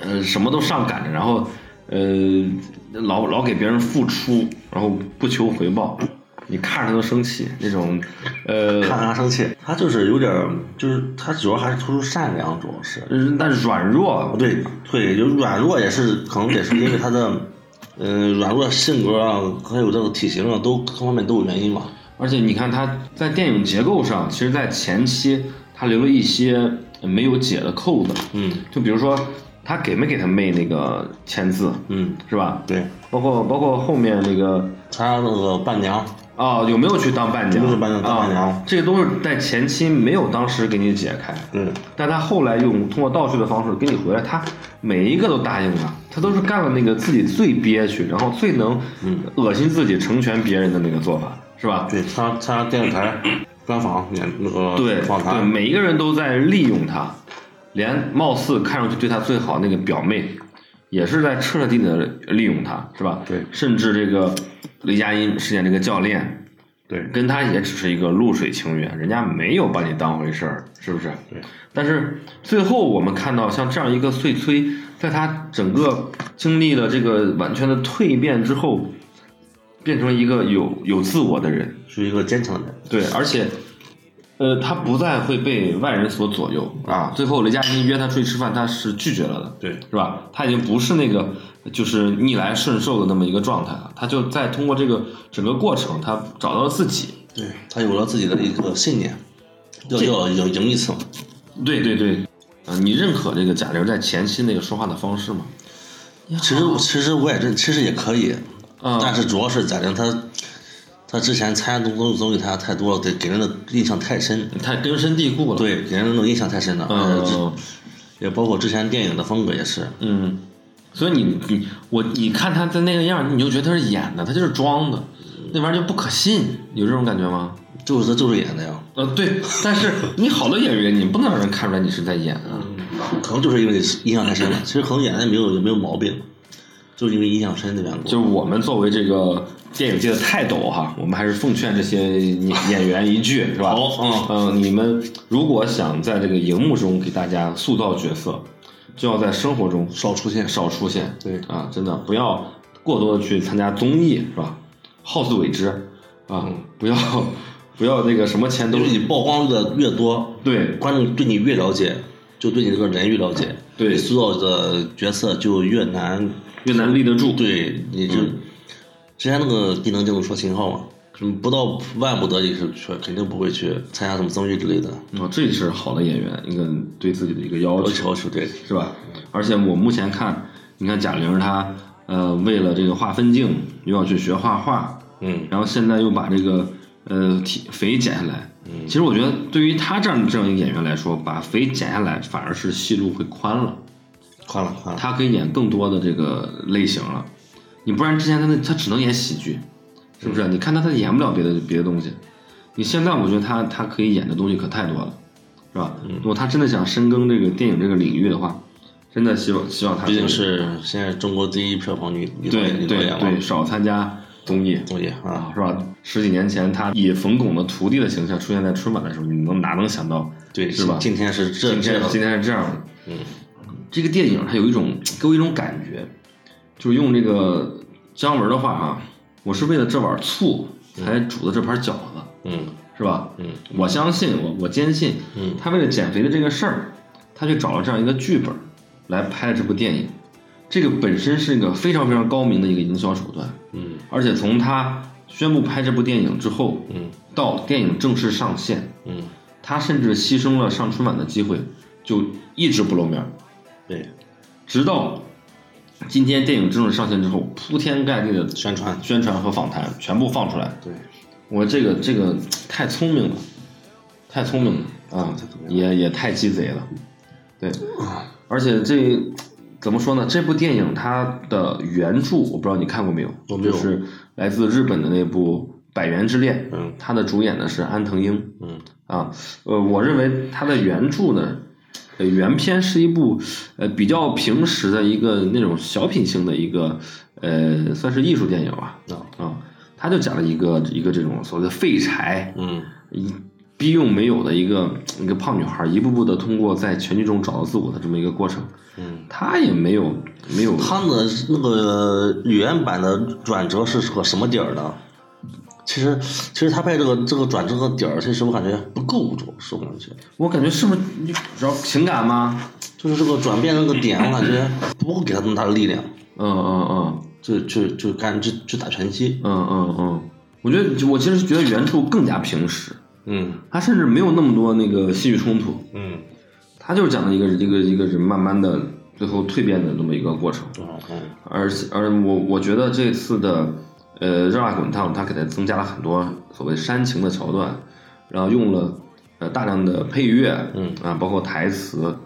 呃，什么都上赶着，然后呃老老给别人付出，然后不求回报，你看着他都生气那种，呃，看啥生气？他就是有点儿，就是他主要还是突出善良，主要是。啊呃但是软弱，对对，有软弱也是，可能也是因为他的，嗯、软弱性格啊，还有这个体型啊，都各方面都有原因吧。而且你看他在电影结构上，其实，在前期他留了一些没有解的扣子，嗯就比如说他给没给他妹那个签字，嗯，是吧？对，包括包括后面那个他那个伴娘，啊、有没有去当伴娘？有没有伴娘当伴娘啊，这个都是在前期没有当时给你解开，对但他后来用通过倒叙的方式给你回来，他每一个都答应了，他都是干了那个自己最憋屈，然后最能恶心自己、成全别人的那个做法，是吧？嗯对，他他电视台专访演那个对访对，谈，每一个人都在利用他，连貌似看上去对他最好那个表妹，也是在彻彻底底的利用他，是吧？对甚至这个雷佳音饰演这个教练，对跟他也只是一个露水情缘，人家没有把你当回事儿，是不是？对。但是最后我们看到，像这样一个碎催，在他整个经历了这个完全的蜕变之后，变成一个有有自我的人，是一个坚强的人。对，而且，呃，他不再会被外人所左右啊。最后雷佳音约他出去吃饭，他是拒绝了的，对是吧？他已经不是那个就是逆来顺受的那么一个状态了，他就在通过这个整个过程，他找到了自己。对，他有了自己的一个信念，要要要赢一次嘛。对对对，呃，你认可这个贾玲在前期那个说话的方式吗？其啊实其实我也认，其实也可以，嗯但是主要是贾玲她，她之前参加的综综艺参加太多了，给给人的印象太深，太根深蒂固了。，对，给人的印象太深了。嗯、呃也包括之前电影的风格也是，嗯，所以你你我你看他的那个样儿，你就觉得他是演的，他就是装的，那玩意儿就不可信，有这种感觉吗？就是就是演的呀，呃，对，但是你好的演员，你不能让人看出来你是在演啊。可能就是因为印象太深了。其实可能演的没有也没有毛病，就是因为印象深的缘故。就是我们作为这个电影界的泰斗哈，我们还是奉劝这些 演演员一句，是吧？好嗯，你们如果想在这个荧幕中给大家塑造角色，就要在生活中少出现，少出现。对啊，真的不要过多的去参加综艺，是吧？好自为之啊，嗯不要 不要那个什么钱都就是你曝光的越多，对观众对你越了解，就对你这个人越了解，对你塑造的角色就越难。越难立得住。，对，你就、嗯之前那个低能警说秦昊嘛，嗯不到万不得已是去，肯定不会去参加什么综艺之类的。哦，这是好的演员一个对自己的一个要要求求，是对，是吧？而且我目前看，你看贾玲她呃为了这个画分镜又要去学画画，嗯，然后现在又把这个呃体肥减下来。其实我觉得对于她这样的这样一个演员来说，把肥减下来反而是戏路会宽了。宽了宽了，他可以演更多的这个类型了。你不然之前他那他只能演喜剧，是不嗯是？你看他他演不了别的别的东西。你现在我觉得他他可以演的东西可太多了，是吧？嗯如果他真的想深耕这个电影这个领域的话，真的希望希望他毕竟是现在中国第一票房女女导对演女导对演对嘛，少参加综艺。综艺啊，是吧？十几年前，他以冯巩的徒弟的形象出现在春晚的时候，你能哪能想到？对是吧？今天是这今这天样今天是这样的，嗯，这个电影它有一种给我一种感觉，就是用这个姜文的话啊，我是为了这碗醋才煮的这盘饺子，嗯是吧？嗯，我相信我我坚信，嗯他为了减肥的这个事儿，他去找了这样一个剧本来拍了这部电影，这个本身是一个非常非常高明的一个营销手段，嗯而且从他宣布拍这部电影之后，嗯到电影正式上线，嗯，他甚至牺牲了上春晚的机会，就一直不露面儿，对，直到今天电影正式上线之后，铺天盖地的宣传宣传和访谈全部放出来。对，我这个这个太聪明了，太聪明了啊太聪，明也也太鸡贼了，对。而且这怎么说呢？这部电影它的原著我不知道你看过没有，我没有就是来自日本的那部《百元之恋》，嗯它的主演呢是安藤英，嗯啊，呃，我认为它的原著呢，呃，原片是一部呃比较平时的一个那种小品性的一个呃，算是艺术电影吧。啊啊，它就讲了一个一个这种所谓的废柴，嗯一逼用没有的一个一个胖女孩，一步步的通过在全剧中找到自我的这么一个过程。嗯，她也没有没有，他的那个语言版的转折是个什么点儿呢？其实，其实他拍这个这个转折的点儿，其实我感觉不够，主要是我感觉，我感觉是不是你主要情感吗？就是这个转变那个点，我感觉不够给他那么大的力量，嗯嗯。嗯就就就干就就打拳击，嗯嗯嗯，我觉得我其实觉得原著更加平实，嗯它甚至没有那么多那个戏剧冲突，嗯，它就是讲的一个一个一个人慢慢的最后蜕变的这么一个过程。哦嗯而且而我我觉得这次的呃热辣滚烫，它给它增加了很多所谓煽情的桥段，然后用了呃大量的配乐，嗯啊，包括台词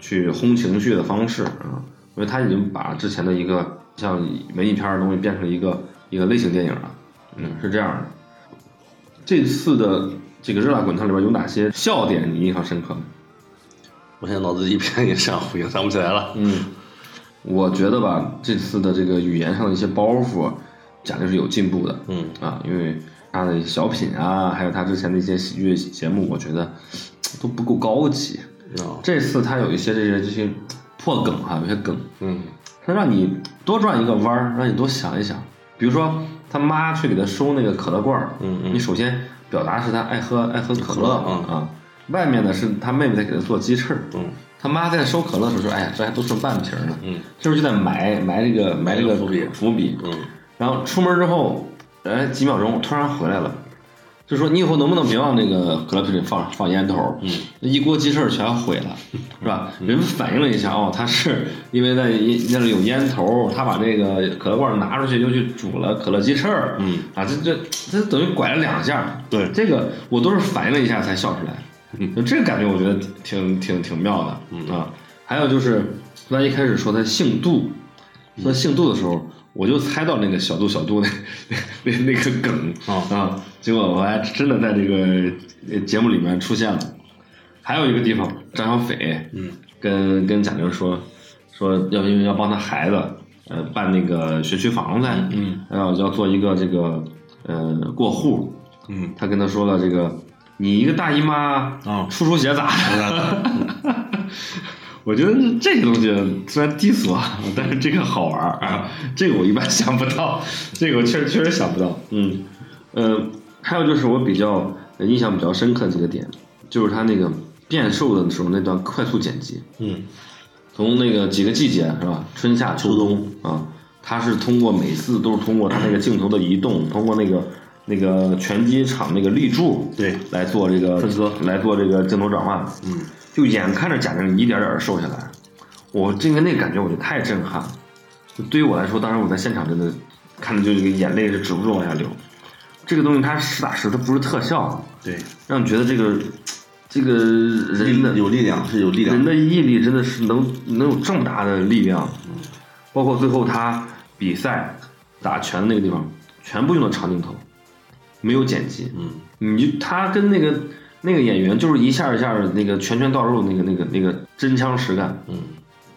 去烘情绪的方式啊，因为它已经把之前的一个像文艺片儿的东西变成一个一个类型电影了，嗯，是这样的。这次的这个热辣滚烫里边有哪些笑点你印象深刻？我现在脑子一片也闪回，想不起来了，嗯，我觉得吧，这次的这个语言上的一些包袱，贾玲是有进步的。嗯啊，因为她的小品啊，还有她之前的一些喜剧节目，我觉得都不够高级。啊这次她有一些这些这些破梗啊哈、有些梗，嗯她让你多转一个弯儿，让你多想一想。比如说，他妈去给他收那个可乐罐儿，嗯嗯你首先表达是他爱喝爱喝可乐可乐啊，外面呢是他妹妹在给他做鸡翅，嗯他妈在收可乐的时候说：“哎呀，这还都剩半瓶呢。”嗯，这时候就在埋埋这个埋这个伏笔伏笔。嗯然后出门之后，哎，几秒钟突然回来了，就说：“你以后能不能别往那个可乐瓶里放放烟头？嗯，一锅鸡翅全毁了，是吧？”嗯人反应了一下，哦，他是因为在烟那里有烟头，他把这个可乐罐拿出去又去煮了可乐鸡翅。嗯，啊，这这这等于拐了两下。对嗯这个我都是反应了一下才笑出来。就这个感觉我觉得挺挺挺妙的，啊，还有就是他一开始说他姓杜，说姓杜的时候，我就猜到那个小杜小杜那 那那个梗啊啊，结果我还真的在这个呃节目里面出现了。还有一个地方，张小斐，嗯，跟跟贾玲说说要因为要帮他孩子，呃，办那个学区房子，嗯，要要做一个这个呃过户，嗯，他跟他说了这个，你一个大姨妈啊出出血咋的？ 我觉得这个东西虽然低俗啊，但是这个好玩儿啊，这个我一般想不到，这个我确实确实想不到。嗯，呃，还有就是我比较呃印象比较深刻的几个点，就是他那个变瘦的时候那段快速剪辑，嗯，从那个几个季节是吧，春夏秋冬啊，他是通过每次都是通过他那个镜头的移动，通过那个那个拳击场那个立柱，对来做这个分割来做这个镜头转换，嗯，就眼看着贾玲一点点的瘦下来，我这个那感觉我就太震撼，了。就对于我来说，当时我在现场真的看的就这个眼泪是止不住往下流，这个东西它实打实，它不是特效，对，让你觉得这个这个人的有力量是有力量人的，的毅力真的是能能有这么大的力量，包括最后他比赛打拳的那个地方，全部用的长镜头，没有剪辑。嗯，你他跟那个那个演员就是一下一下的那个拳拳到肉那个那个那个真枪实干，嗯，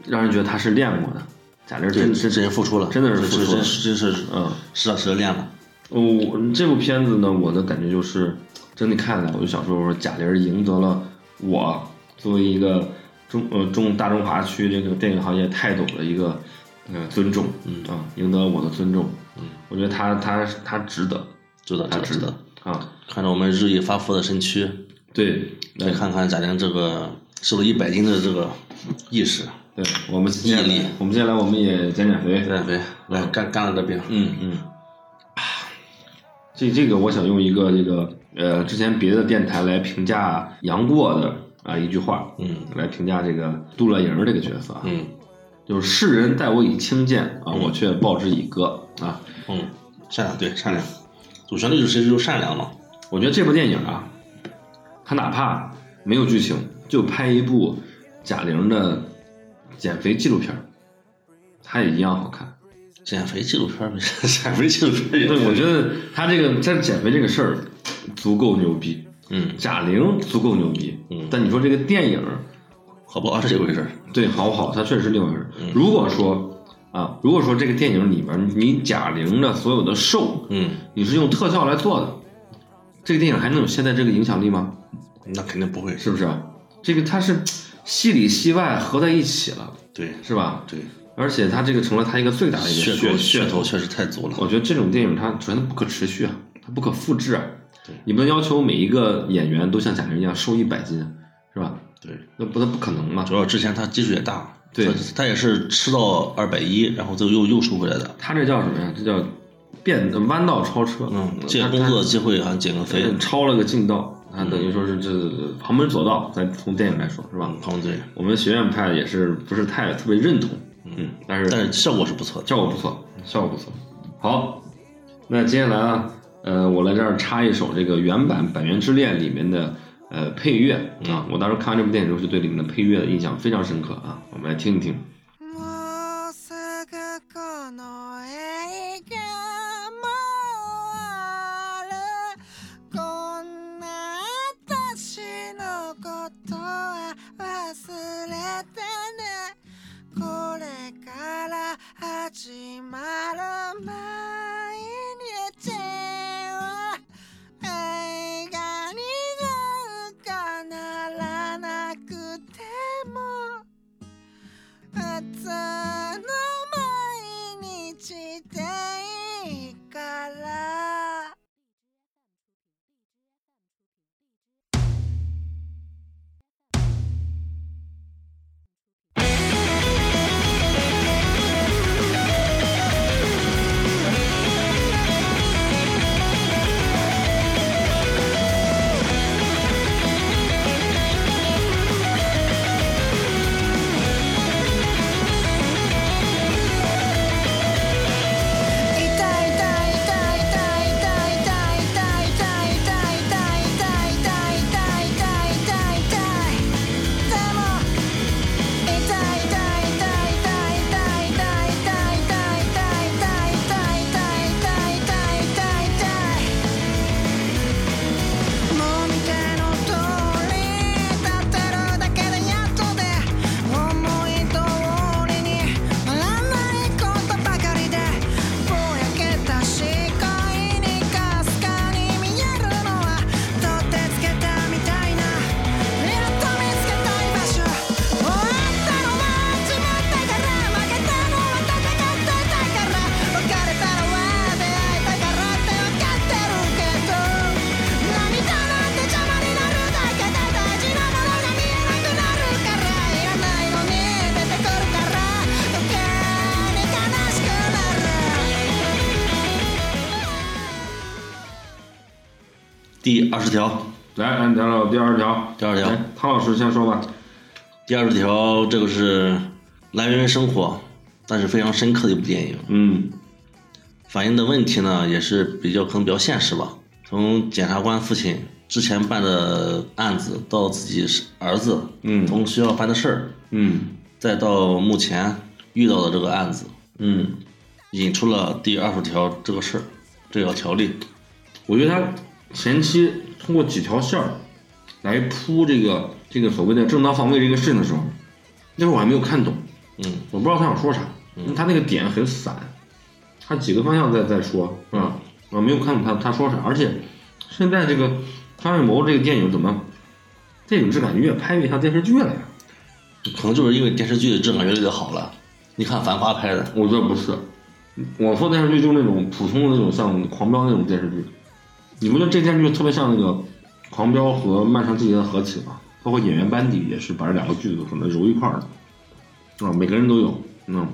让人觉得他是练过的。贾玲对，真这真这人付出了，真的是付出了真是真是嗯，实打实的练了，哦，这部片子呢，我的感觉就是，真的看了，我就想说，我说贾玲赢得了我作为一个中呃中大中华区这个电影行业泰斗的一个呃尊重，嗯啊，赢得了我的尊重，嗯，我觉得她她她值得，值得她值值得得。啊，看着我们日益发福的身躯，对，来看看贾玲这个瘦了一百斤的这个意识，对，我们接下毅力来我们接下来我们也减减肥，来来来干干了这病，嗯嗯，这这个我想用一个这个呃，之前别的电台来评价杨过的啊一句话，嗯，来评价这个杜乐莹儿这个角色啊，嗯就是世人待我以轻贱啊，我却报之以歌啊。嗯，善良对善良，主旋律就是就是善良嘛，我觉得这部电影啊，它哪怕没有剧情，就拍一部贾玲的减肥纪录片儿，它也一样好看。减肥纪录片儿没事，减肥纪录片儿对，有，我觉得他这个在减肥这个事儿足够牛逼。嗯，贾玲足够牛逼，嗯但你说这个电影好不好是一回事儿，对好不好，它确实是另外一回事。如果说啊，如果说这个电影里面你贾玲的所有的瘦，嗯，你是用特效来做的，这个电影还能有现在这个影响力吗？那肯定不会是不是？这个它是戏里戏外合在一起了，对是吧？对，而且它这个成了它一个最大的一个噱头噱噱头确实太足了，我觉得这种电影它首先它不可持续啊，它不可复制啊。你不能要求每一个演员都像贾玲一样瘦一百斤，是吧？对。那不那不可能嘛。主要之前他基数也大，对他他也是吃到二百一，然后最后又又收回来的。他这叫什么呀？这叫变弯道超车。嗯，他借工作嗯机会还减个他肥，超了个近道，他等于说是这旁门左道。咱从电影来说，是吧？嗯，对，我们学院派也是不是太特别认同，嗯，但是但是效果是不错的。效果不错，效果不错。好，那接下来啊，呃，我来这儿插一首这个原版《百元之恋》里面的呃配乐嗯啊，我当时看完这部电影之后，就对里面的配乐的印象非常深刻啊，我们来听一听。もうすぐこの映画も終わるこんな私のことは忘れてねこれから始まる毎日は映画になんかならなくても普通の毎日でいいから第二十条，来，按聊聊第二十条。第二十条来汤老师先说吧。第二十条这个是来源于生活，但是非常深刻的一部电影，嗯反映的问题呢也是比较可能比较现实吧。从检察官父亲之前办的案子，到自己是儿子嗯从学校办的事儿，嗯再到目前遇到的这个案子，嗯，引出了第二十条这个事儿，这条条例。我觉得他前期通过几条线儿来铺这个这个所谓的正当防卫这个事情的时候，那会儿我还没有看懂，嗯，我不知道他想说啥，因为他那个点很散，他几个方向在在说啊，我没有看懂他他说啥，而且现在这个张艺谋这个电影怎么电影质感越拍越像电视剧了呀？可能就是因为电视剧的质感越来越好了。你看《繁花》拍的，我觉得不是，我说电视剧就是那种普通的那种像《狂飙》那种电视剧，你不觉得这电视剧特别像那个《狂飙》和《漫长季节》的合体吗？包括演员班底也是把这两个剧组可能揉一块儿的，啊，每个人都有，嗯，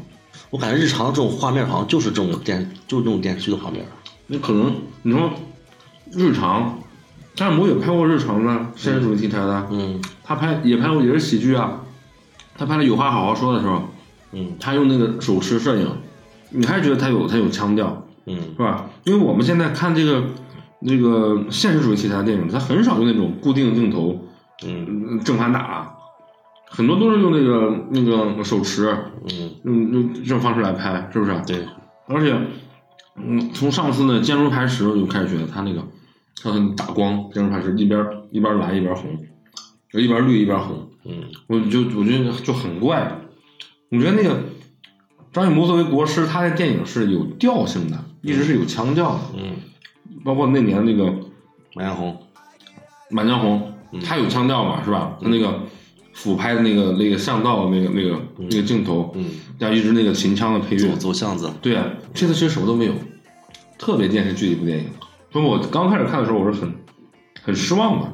我感觉日常这种画面好像就是这种电，就是这种电视剧的画面。那可能你说日常，张艺谋也拍过日常的现实主义题材的，嗯他拍也拍过也是喜剧啊，他拍了《有话好好说》的时候，嗯他用那个手持摄影，你还是觉得他有他有腔调，嗯是吧？因为我们现在看这个这个现实主义题材的电影，它很少用那种固定镜头，嗯嗯正反打，很多都是用那个那个手持，嗯，用用这种方式来拍，是不是？对，而且，嗯，从上次呢《坚如磐石》我就开始觉得他那个，他很打光，《坚如磐石》一边一边蓝一边红，一边绿一边红，嗯我就我觉得就很怪。我觉得那个张艺谋作为国师，他的电影是有调性的，一直是有腔调的。嗯，包括那年那个《马艳红，满江红》，嗯他有腔调嘛，是吧？他那个俯拍的那个那个巷道那个那个那个镜头，嗯，加一直那个秦腔的配乐走，走巷子，对啊，这次其实什么都没有，特别电视剧的一部电影。所以我刚开始看的时候，我是很很失望的，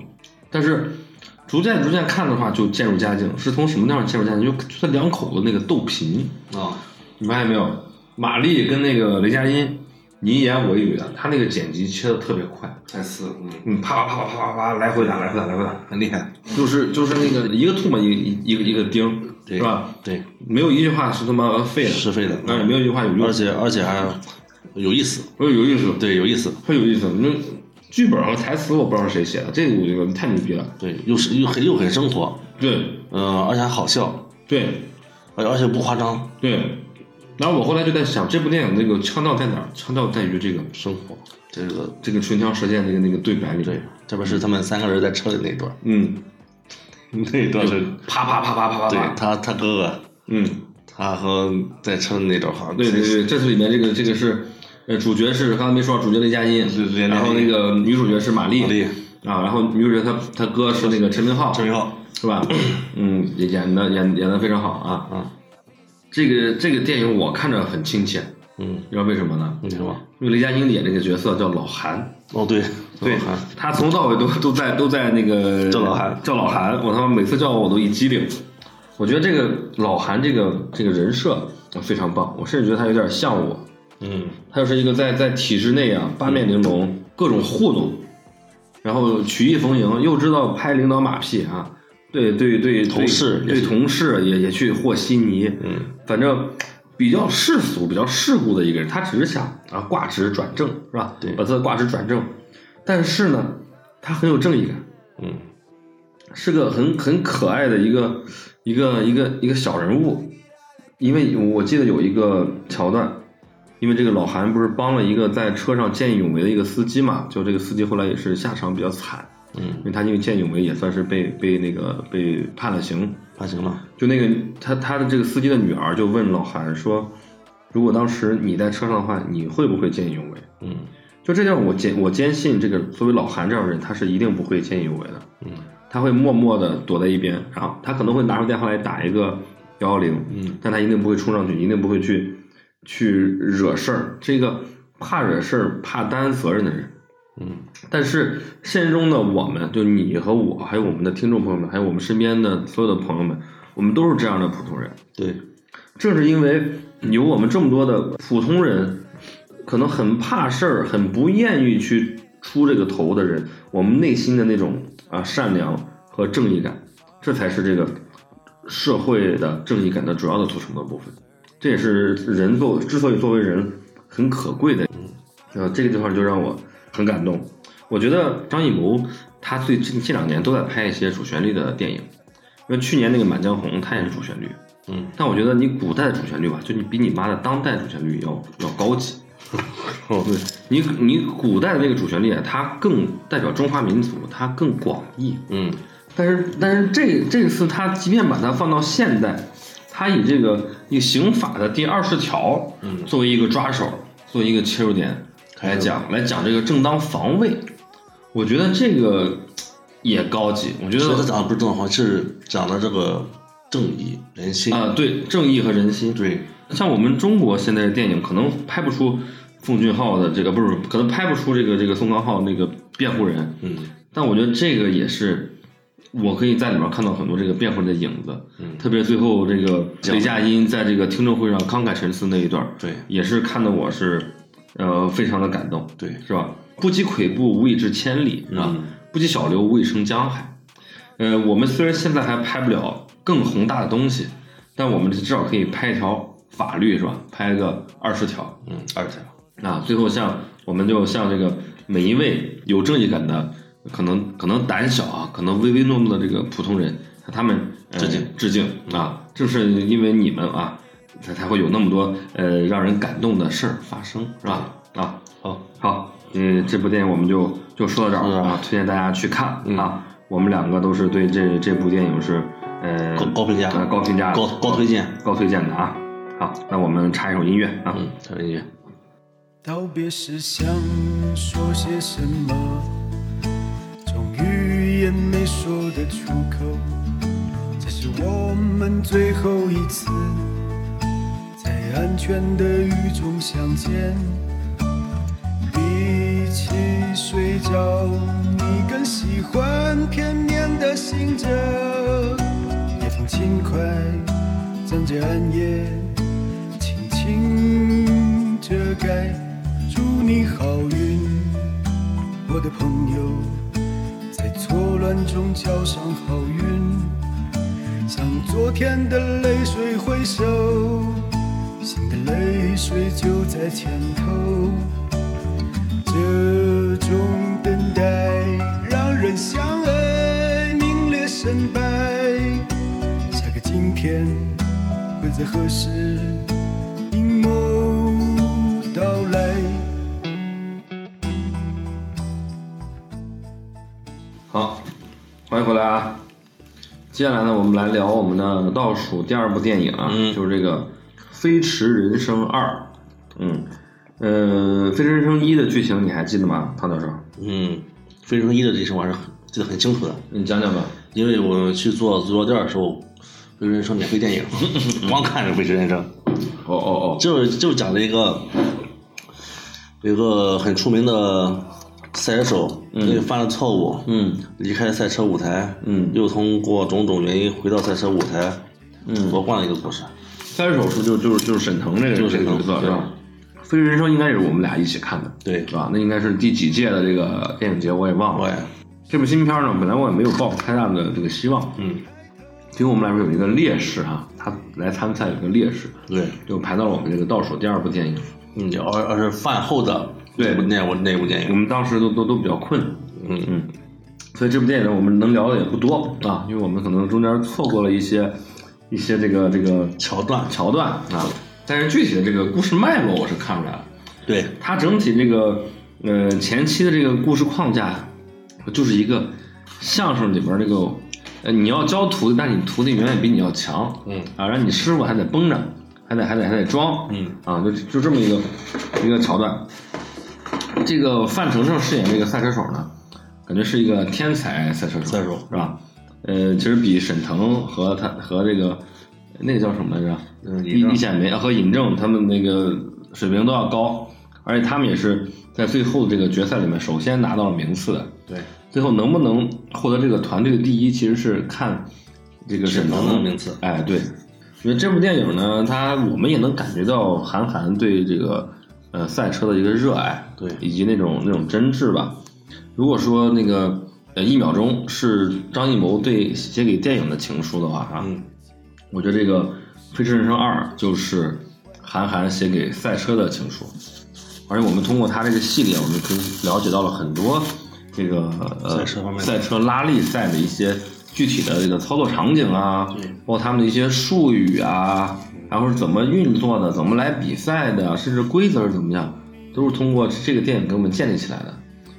但是逐渐逐渐看的话，就渐入佳境。是从什么地方渐入佳境？就就他两口子那个斗贫，啊，你发现没有？马丽跟那个雷佳音，你一言我一语的，他那个剪辑切的特别快，蔡司，嗯，嗯，啪啪啪啪啪啪，来回打，来回打，来回打，很厉害，就是就是那个一个唾沫一一一个一个钉，对是吧？对，没有一句话是他妈废的，是废的哎，没有一句话有用而，且而且还有意思，我有意思，对，有意思，特有意思。那剧本和台词我不知道是谁写的，这个我觉得太牛逼了。对，又是又很又很生活，对嗯，而且还好笑，对而而且不夸张，对。然后我后来就在想，这部电影那个腔调在哪儿？腔调在于这个生活这个这个唇枪舌剑那个那个对白里对面，，特别是他们三个人在车里那一段， 嗯，那一段是，啪啪啪啪啪啪 对啪，他他哥哥，嗯。他和在车里那段好像对对对，这次里面这个这个是，呃，主角是刚才没说，主角雷佳音对对，然后那个女主角是马丽，马丽啊，然后女主角她她哥是那个陈明昊，陈明昊，是吧？嗯，也演的演演的非常好啊。嗯这个这个电影我看着很亲切，嗯，你知道为什么呢？你什么？因为雷佳音演这个角色叫老韩，哦对对老韩，他从头到尾都都在都在那个叫老韩叫老韩，我他妈每次叫我都一激灵。我觉得这个老韩这个这个人设非常棒，我甚至觉得他有点像我，嗯他就是一个在在体制内啊八面玲珑，各种糊弄，然后曲意逢迎，又知道拍领导马屁啊，对对对，对同事也对是同事也也去和稀泥，嗯，反正比较世俗、比较世故的一个人，他只是想啊挂职转正是吧？对把他的挂职转正，但是呢，他很有正义感，嗯是个很很可爱的一个一个一个一个小人物，因为我记得有一个桥段，因为这个老韩不是帮了一个在车上见义勇为的一个司机嘛，就这个司机后来也是下场比较惨，嗯因为他因为见义勇为也算是被被那个被判了刑，还行吧，就那个他他的这个司机的女儿就问老韩说，如果当时你在车上的话，你会不会见义勇为？嗯就这样，我坚我坚信这个作为老韩这样的人，他是一定不会见义勇为的。嗯，他会默默的躲在一边，然后他可能会拿出电话来打一个幺幺零，嗯，但他一定不会冲上去，一定不会去去惹事儿。这个怕惹事儿、怕担责任的人，嗯，但是现实中的我们，就你和我，还有我们的听众朋友们，还有我们身边的所有的朋友们，我们都是这样的普通人。对，正是因为有我们这么多的普通人，可能很怕事儿、很不愿意去出这个头的人，我们内心的那种啊善良和正义感，这才是这个社会的正义感的主要的组成的部分。这也是人作之所以作为人很可贵的。呃，这个地方就让我很感动。我觉得张艺谋他最近近两年都在拍一些主旋律的电影，因为去年那个《满江红》它也是主旋律，嗯，但我觉得你古代的主旋律吧，就你比你妈的当代主旋律要要高级。哦对你，你古代的那个主旋律，啊它更代表中华民族，它更广义。嗯但是，但是这这次他即便把它放到现代，他以这个以刑法的第二十条嗯作为一个抓手，作为一个切入点来讲，来讲这个正当防卫，我觉得这个也高级。我觉其实他得讲的不是正好，是讲的这个正义人心。啊、对正义和人心，对，像我们中国现在的电影，可能拍不出奉俊昊的这个，不是，可能拍不出这个这个宋康昊那个辩护人。嗯但我觉得这个也是，我可以在里面看到很多这个辩护人的影子。嗯，特别最后这个雷佳音在这个听证会上慷慨陈词那一段儿，对也是看得我是，呃，非常的感动，对，是吧？不积跬步，无以至千里，啊，嗯不积小流，无以成江海。呃，我们虽然现在还拍不了更宏大的东西，但我们至少可以拍一条法律，是吧？拍个二十条，嗯，二条，啊，最后像我们就像这个每一位有正义感的，可能可能胆小啊，可能唯唯诺诺的这个普通人，向他们、呃致敬致敬啊！正是因为你们啊，才才会有那么多呃让人感动的事儿发生，是吧？啊，好，好，嗯，这部电影我们就就说到这说儿到这儿啊，推荐大家去看、嗯啊。我们两个都是对这这部电影是呃高高评价呃高评价、高高推荐。高推荐的啊。好，那我们插一首音乐啊。嗯，小音乐，道别时想说些什么，终于也没说得出口。这是我们最后一次在安全的雨中相见。一起睡觉，你更喜欢片面的醒着，也挺轻快，站着暗夜。轻轻遮盖。祝你好运，我的朋友，在错乱中交上好运。向昨天的泪水挥手，新的泪水就在前头。这种等待让人相爱，名列身败。下个今天。会在何时凝眸到来？好，欢迎回来啊！接下来呢，我们来聊我们的倒数第二部电影啊，嗯就是这个《飞驰人生二》。嗯，呃，《飞驰人生一》的剧情你还记得吗，唐教授？嗯，飞升一的这事我还是很记得很清楚的，你嗯讲讲吧。因为我去做足球店的时候，飞驰人生免费电影， 光看着飞驰人生，哦哦哦，就是就是讲了一个有一个很出名的赛车手，因为犯了错误，嗯离开赛车舞台，嗯又通过种种原因回到赛车舞台，嗯，夺冠的一个故事。三手是就就是就是沈腾这个就这是沈个腾角色是吧？《飞驰人生》应该也是我们俩一起看的，对是吧？那应该是第几届的这个电影节，我也忘了。喂，这部新片呢，本来我也没有抱太大的这个希望，嗯，对于我们来说有一个劣势啊，他来参赛有一个劣势，对，就排到了我们这个倒数第二部电影。嗯，而而是饭后的对那部那部那部电我影，们当时都都都比较困，嗯嗯，所以这部电影呢，我们能聊的也不多啊，因为我们可能中间错过了一些一些这个这个桥段，桥段啊，但是具体的这个故事脉络我是看出来了，对，它整体这个呃前期的这个故事框架，就是一个相声里边这个呃你要教徒弟，但你徒弟远远比你要强，嗯啊，然后你师傅还得绷着，还得还得还得装，嗯啊，就就这么一个一个桥段。这个范丞丞饰演这个赛车手呢，感觉是一个天才赛车手，赛车手是吧？呃，其实比沈腾和他和这个那个叫什么来着？嗯易尹正易显梅和尹正他们那个水平都要高，而且他们也是在最后这个决赛里面首先拿到了名次的。对，最后能不能获得这个团队的第一，其实是看这个沈沈腾腾的名次哎，对，因为这部电影呢，它我们也能感觉到韩寒对这个呃赛车的一个热爱，对以及那种那种真挚吧。如果说那个呃一秒钟是张艺谋对写给电影的情书的话啊，嗯我觉得这个《飞驰人生二》就是韩寒写给赛车的情书，而且我们通过他这个系列，我们可以了解到了很多这个呃赛车方面的赛车拉力赛的一些具体的这个操作场景啊，包括他们的一些术语啊，然后是怎么运作的，怎么来比赛的，甚至规则是怎么样，都是通过这个电影给我们建立起来的。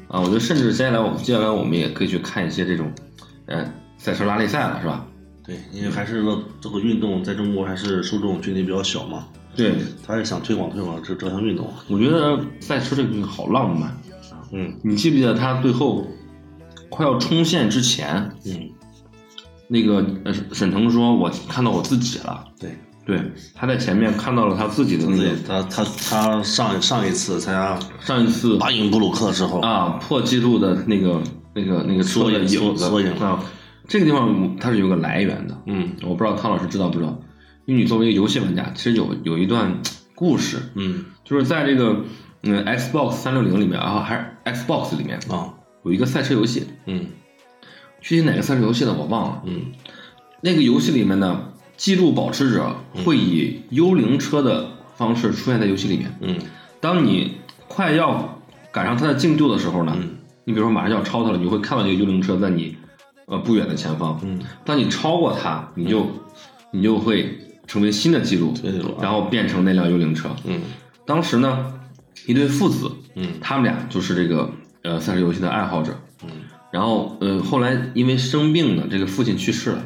啊，我觉得甚至接下来我们接下来我们也可以去看一些这种，呃，赛车拉力赛了，是吧？对，因为还是说这个运动在中国还是受众群体比较小嘛，对，他是想推广推广这这项运动。啊我觉得赛车这个东西好浪漫。嗯你记不记得他最后快要冲线之前，嗯，那个呃沈沈腾说：“我看到我自己了。对，”对，他在前面看到了他自己的那对个他他他上上一次参加上一次巴音布鲁克之后，啊破纪录的那个那个那个车的缩影影子缩影啊，这个地方它是有个来源的。嗯我不知道汤老师知道不知道，因为你作为一个游戏玩家，其实有有一段故事，嗯就是在这个嗯 Xbox 三六零里面啊，还是 Xbox 里面啊有一个赛车游戏，嗯具体哪个赛车游戏呢？我忘了。嗯那个游戏里面呢，记录保持者会以幽灵车的方式出现在游戏里面。嗯当你快要赶上他的进度的时候呢，嗯你比如说马上要超他了，你会看到这个幽灵车在你呃不远的前方。嗯，当你超过他，你就、你就会成为新的记录，新的记录啊然后变成那辆幽灵车。嗯当时呢，一对父子，嗯他们俩就是这个呃赛车游戏的爱好者。嗯然后呃，后来因为生病呢，这个父亲去世了，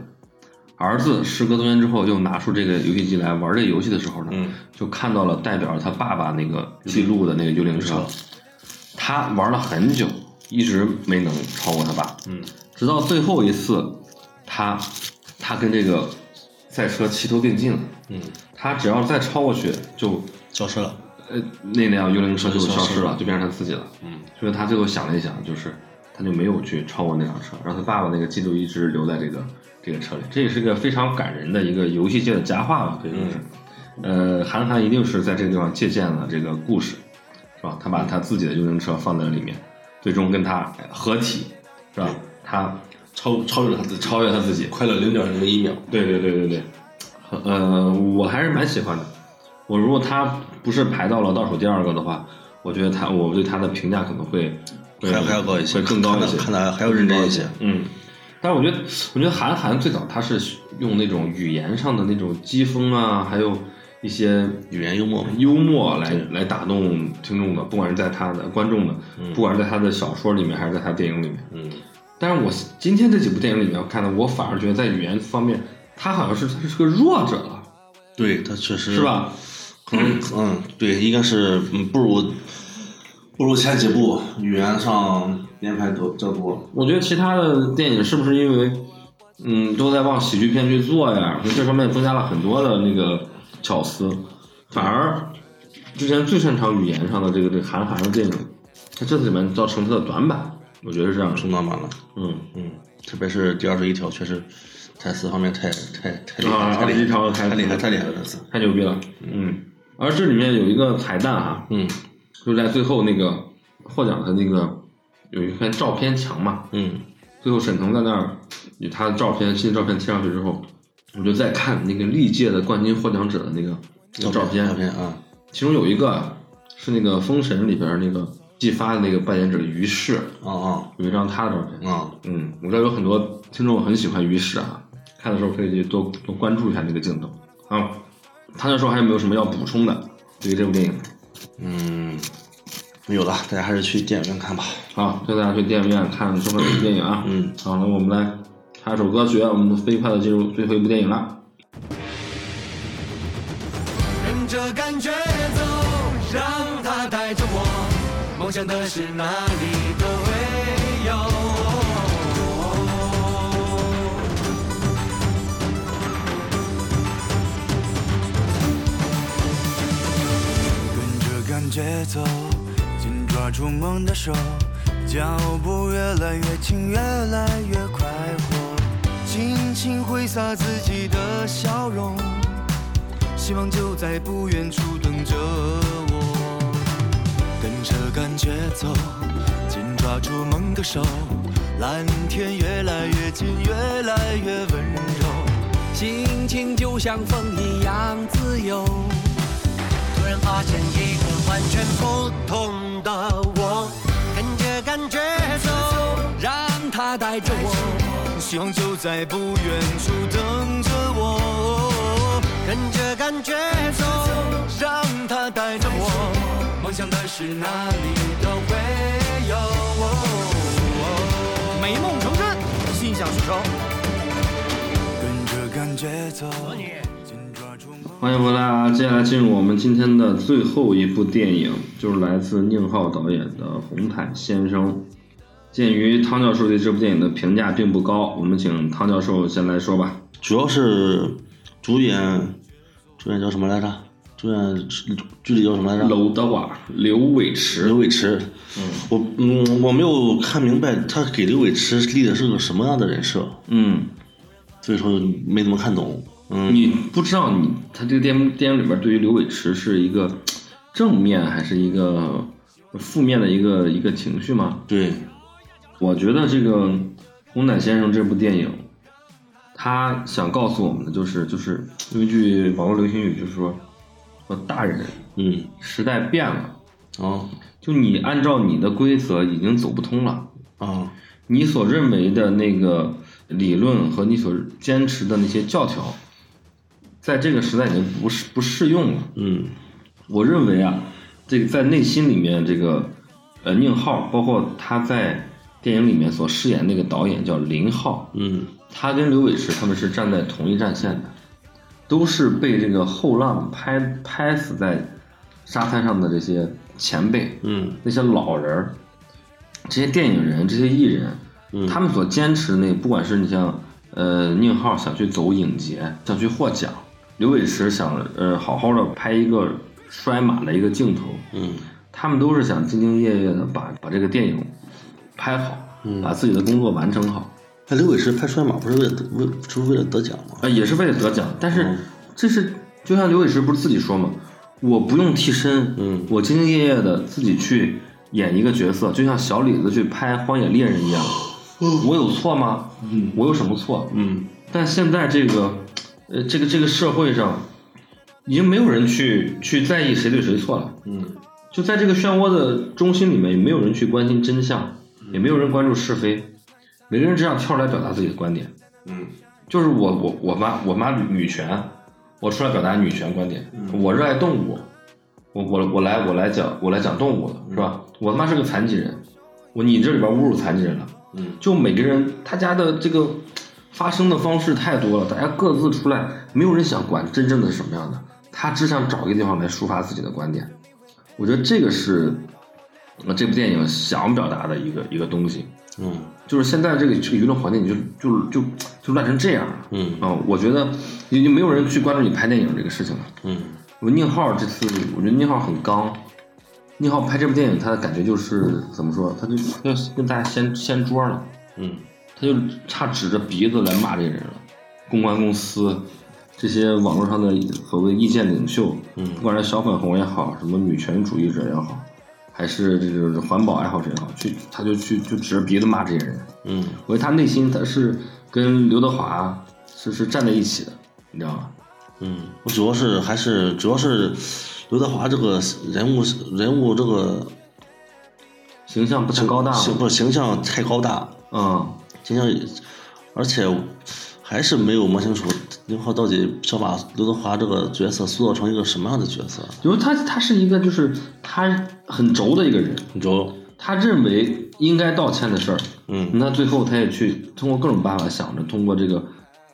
儿子时隔多年之后又拿出这个游戏机来玩这个游戏的时候呢，嗯就看到了代表他爸爸那个记录的那个幽灵车，他玩了很久，一直没能超过他爸，嗯直到最后一次，他他跟这个赛车齐头并进了，嗯，他只要再超过去就消失了。呃，那辆幽灵车就就消消失失了了，就变成他自己了。嗯，所以他最后想了一想，就是他就没有去超过那辆车，然后他爸爸那个记录一直留在这个这个车里。这也是个非常感人的一个游戏界的佳话吧，可以说是。嗯呃，韩寒一定是在这个地方借鉴了这个故事，是吧？他把他自己的幽灵车放在里面，最终跟他合体，是吧？他超超越了他自己，超越他自己，快了零点零一秒。对对对对对，呃，我还是蛮喜欢的。我如果他不是排到了倒数第二个的话，我觉得他我对他的评价可能会会还还要高一些，会更高一些。看的还要认真一些。嗯，但是我觉得，我觉得韩寒最早他是用那种语言上的那种机锋啊，还有一些语言幽默嘛，幽默来来打动听众的，不管是在他的观众的，不管是在他的小说里面，还是在他电影里面。嗯，但是我今天这几部电影里面看的，我反而觉得在语言方面，他好像是他是个弱者了，对他确实是？吧？可能嗯，对，应该是嗯不如不如前几部语言上连排多较多。我觉得其他的电影是不是因为，嗯，都在往喜剧片去做呀？这方面增加了很多的那个巧思，反而之前最擅长语言上的这个这个韩寒的电影，他这里面造成他的短板，我觉得是这样的。充当满了，嗯，嗯，特别是第二十一条，确实台词方面太太太厉害，啊太厉21条害，的台词太厉害，太厉害了，台词。太牛逼了。嗯，而这里面有一个彩蛋啊，嗯就在最后那个获奖的那个有一片照片墙嘛，嗯最后沈腾在那儿以他的照片新的照片贴上去之后，我就在看那个历届的冠军获奖者的那个那个照片，照片啊，其中有一个是那个《封神》里边那个姬发的那个扮演者于适，啊有一张他的照片啊。啊，嗯，我知道有很多听众很喜欢于适啊，看的时候可以去多多关注一下这个镜头啊。他那时候还有没有什么要补充的？对于这部电影，嗯，没有了，大家还是去电影院看吧。好，推大家去电影院看相关的电影啊。嗯，好，那我们来插一首歌曲，我们飞快的进入最后一部电影了。跟着感觉走，让它带着我，梦想的事哪里都会有。跟着感觉走，紧抓住梦的手，脚步越来越轻，越来越快活，尽情挥洒自己的笑容，希望就在不远处等着我。跟着感觉走，紧抓住梦的手，蓝天越来越近，越来越温柔。心情就像风一样自由。突然发现一个完全不同的我，跟着感觉走。让它带着我，希望就在不远处等着我，跟着感觉走，让它带着我，梦想的是哪里都会有。美梦成真，心想事成。跟着感觉走，紧抓住梦。欢迎回来啊！接下来进入我们今天的最后一部电影，就是来自宁浩导演的《红毯先生》。鉴于汤教授对这部电影的评价并不高，我们请汤教授先来说吧。主要是主演，主演叫什么来着？主演剧里叫什么来着？娄德华、啊刘伟驰刘，伟驰，我嗯我没有看明白他给刘伟驰立的是个什么样的人设，嗯，所以说没怎么看懂。嗯，你不知道你他这个电电影里边对于刘伟驰是一个正面还是一个负面的一个一个情绪吗？对，我觉得这个《红毯先生》这部电影，他想告诉我们的就是，就是用一句网络流行语，就是说，说大人嗯，时代变了，哦，就你按照你的规则已经走不通了，啊，你所认为的那个理论和你所坚持的那些教条，在这个时代已经不适不适用了。嗯，我认为啊，这个在内心里面，这个呃宁浩，包括他在电影里面所饰演那个导演叫林浩，嗯，他跟刘伟驰他们是站在同一战线的，都是被这个后浪拍拍死在沙滩上的这些前辈，嗯，那些老人儿，这些电影人，这些艺人，他们所坚持的那个，不管是你像呃宁浩想去走影节，想去获奖，刘伟驰想呃好好的拍一个摔马的一个镜头，嗯，他们都是想兢兢业业的把把这个电影拍好，把自己的工作完成好，那刘伟驰拍摔马不是为了得为是为了得奖吗？啊，也是为了得奖，但是这是就像刘伟驰不是自己说嘛，我不用替身，嗯我兢兢业业的自己去演一个角色，就像小李子去拍《荒野猎人》一样，我有错吗？嗯，我有什么错？嗯，但现在这个，呃，这个这个社会上，已经没有人去去在意谁对谁错了，嗯，就在这个漩涡的中心里面，也没有人去关心真相，也没有人关注是非，每个人只想跳出来表达自己的观点，就是我我我妈我妈女权，我出来表达女权观点，嗯我热爱动物，我我我来我来讲我来讲动物了，是吧？我他妈是个残疾人，我你这里边侮辱残疾人了，嗯，就每个人他家的这个发生的方式太多了，大家各自出来，没有人想管真正的是什么样的，他只想找一个地方来抒发自己的观点，我觉得这个是呃这部电影想表达的一个一个东西，嗯，就是现在这个这个舆论环境就，就就就乱成这样了。嗯啊、我觉得已经没有人去关注你拍电影这个事情了。嗯，我宁浩这次，我觉得宁浩很刚。宁浩拍这部电影，他的感觉就是怎么说，他就要跟大家掀掀桌了。嗯，他就差指着鼻子来骂这个人了。公关公司这些网络上的所谓意见领袖，嗯，不管是小粉红也好，什么女权主义者也好，还是这个环保爱好者也好，去他就去就指着鼻子骂这些人。嗯，我觉得他内心他是跟刘德华是是站在一起的，你知道吗？嗯，我主要是还是主要是刘德华这个人物人物这个形象不太高大，形不是形象太高大，嗯，形象也，而且还是没有摸清楚宁浩到底想把刘德华这个角色塑造成一个什么样的角色。就是他他是一个就是他很轴的一个人，你就他认为应该道歉的事儿，嗯那最后他也去通过各种办法想着通过这个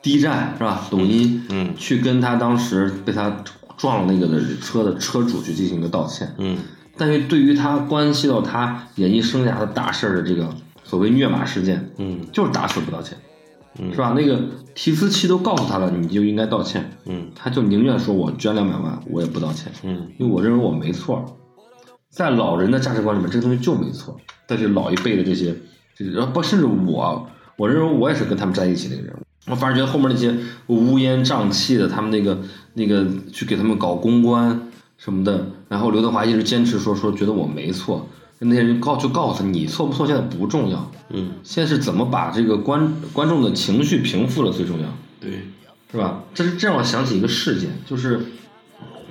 B 站是吧，抖音，嗯去跟他当时被他撞了那个的车的车主去进行一个道歉，嗯但是对于他关系到他演艺生涯的大事儿的这个所谓虐马事件，嗯就是打死不道歉，是吧？那个提词器都告诉他了，你就应该道歉，嗯他就宁愿说我捐两百万，我也不道歉，嗯因为我认为我没错。在老人的价值观里面，这个东西就没错。但是老一辈的这些，这然后不甚至我，我认为我也是跟他们在一起那个人。我反而觉得后面那些乌烟瘴气的，他们那个那个去给他们搞公关什么的，然后刘德华一直坚持说说觉得我没错，那些人告就告诉他，你错不错现在不重要，嗯，现在是怎么把这个观观众的情绪平复了最重要，对，是吧？这是这让我想起一个事件，就是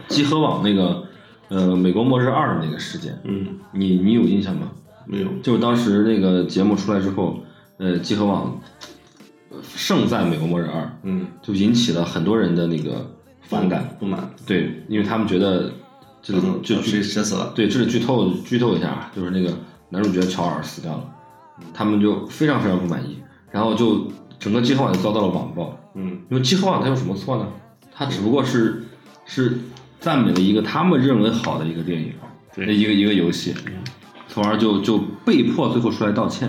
集合网那个呃《美国末日二》的那个事件，嗯，你你有印象吗？没有，就是当时那个节目出来之后，呃，集合网呃盛赞《美国末日二》，嗯，就引起了很多人的那个反感。不满，对，因为他们觉得这个嗯，就就剧谁谁死了？对，这里剧透剧透一下啊，就是那个男主角乔尔死掉了，他们就非常非常不满意，然后就整个集合网就遭到了网暴。嗯因为集合网它有什么错呢？它只不过是是赞美了一个他们认为好的一个电影，一个一个游戏，从而就就被迫最后出来道歉。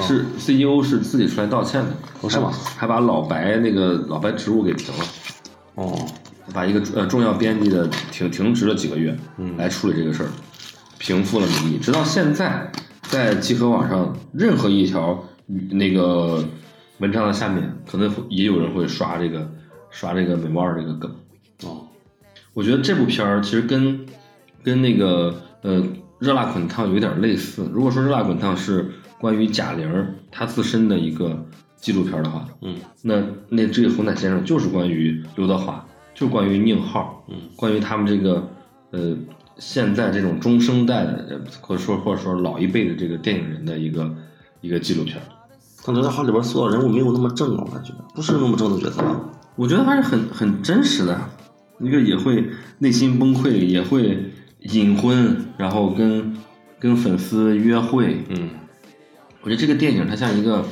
是 CEO 是自己出来道歉的，啊哦是吗还把老白那个老白职务给停了，哦，把一个呃重要编辑的停停职了几个月，来处理这个事儿，平复了民意。直到现在，在集合网上任何一条嗯那个文章的下面，可能会也有人会刷这个刷这个美貌这个梗。哦，我觉得这部片儿其实跟跟那个呃热辣滚烫有点类似。如果说热辣滚烫是关于贾玲儿她自身的一个纪录片儿的话，嗯，那那这个红毯先生就是关于刘德华，就是关于宁浩，嗯，关于他们这个呃现在这种中生代的，呃或者说或者说老一辈的这个电影人的一个一个纪录片儿。但刘德华里边所有人物没有那么正啊，我感觉不是那么正的角色吧？我觉得还是很很真实的，一个也会内心崩溃，也会隐婚，然后跟跟粉丝约会。嗯我觉得这个电影它像一个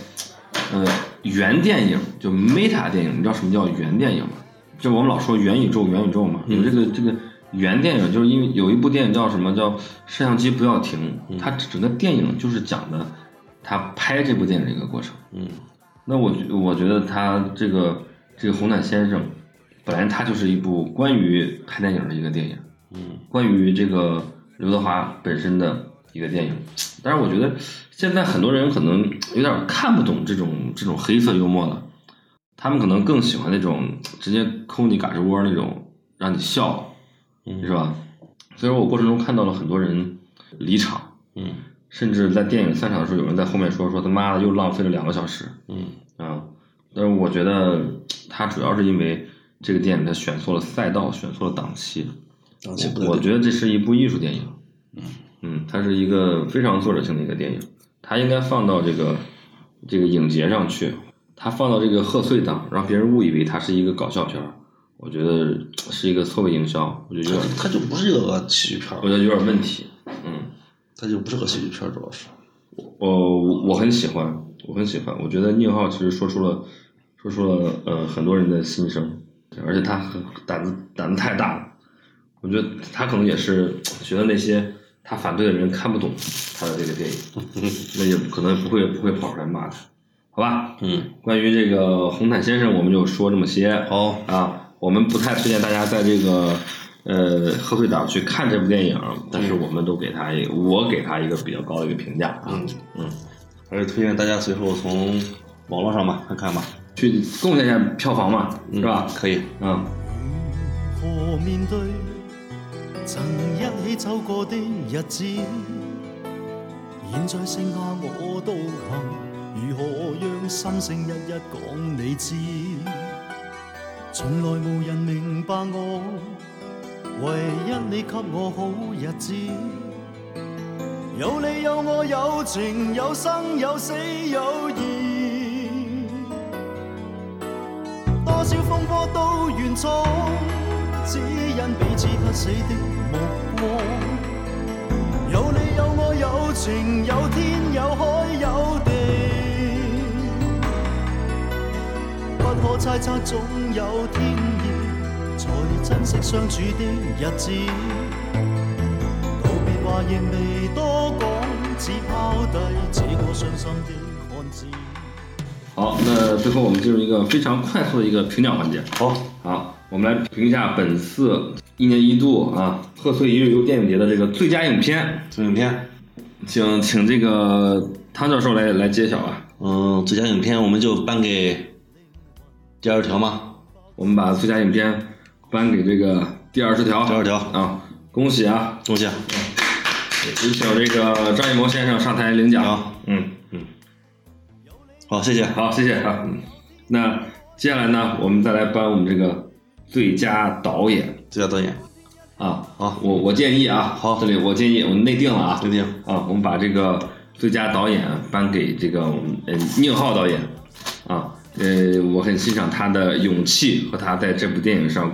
呃原电影，就 meta 电影。你知道什么叫原电影吗？就我们老说元宇宙，元宇宙嘛，有这个这个原电影，就是因为有一部电影叫什么叫《摄像机不要停》，它整个电影就是讲的他拍这部电影的一个过程。嗯，那我觉我觉得他这个这个红毯先生，本来他就是一部关于拍电影的一个电影，嗯，关于这个刘德华本身的一个电影。但是我觉得现在很多人可能有点看不懂这种这种黑色幽默了，他们可能更喜欢那种直接抠你胳肢窝那种让你笑，嗯是吧？所以说我过程中看到了很多人离场，嗯甚至在电影散场的时候，有人在后面说说他妈的又浪费了两个小时。嗯啊，但是我觉得它主要是因为这个电影它选错了赛道，选错了档期。档期不我对觉得这是一部艺术电影。嗯，它是一个非常作者性的一个电影，它应该放到这个这个影节上去，它放到这个贺岁档，让别人误以为它是一个搞笑片儿，我觉得是一个错位营销，我觉得有点，他就不是一个喜剧片儿我，觉得有点问题。嗯。他就不是个喜剧片儿，主要是。我呃我很喜欢，我很喜欢。我觉得宁浩其实说出了，说出了呃很多人的心声，而且他很胆子胆子太大了。我觉得他可能也是觉得那些他反对的人看不懂他的这个电影，那也可能不会不会跑出来骂他，好吧？嗯，关于这个红毯先生，我们就说这么些。好，啊，我们不太推荐大家在这个呃贺岁档去看这部电影，但是我们都给他一个，我给他一个比较高的一个评价啊。嗯嗯，还是推荐大家随后从网络上吧看看吧，去贡献一下票房嘛，是吧？可以。嗯，何面對？曾一起走過的日子，現在剩下我獨行，如何讓心聲一一講你知？從來無人明白我，唯一你給我好日子。有你有我有情有生有死有義。多少風波都原錯，只因彼此不死的目光。有你有我有情有天有海有地，不可猜測總有天意，才珍惜相處的日子。告別話亦未多講，只拋低這個傷心的漢子。好，那最后我们进入一个非常快速的一个评奖环节。好，好，我们来评价本次一年一度啊贺岁一日游电影节的这个最佳影片，最影片，请请这个汤教授来来揭晓啊。嗯，最佳影片我们就颁给第二条吗？我们把最佳影片颁给这个第二十条。第二条啊，恭喜啊！东西啊，有请这个张艺谋先生上台领奖好。嗯，好，谢谢。好，谢谢啊。嗯那接下来呢，我们再来颁我们这个最佳导演最佳导演，啊。好我我建议啊，好这里我建议我内定了啊，刘丁，啊，我们把这个最佳导演颁给这个我们呃宁浩导演啊，呃，我很欣赏他的勇气和他在这部电影上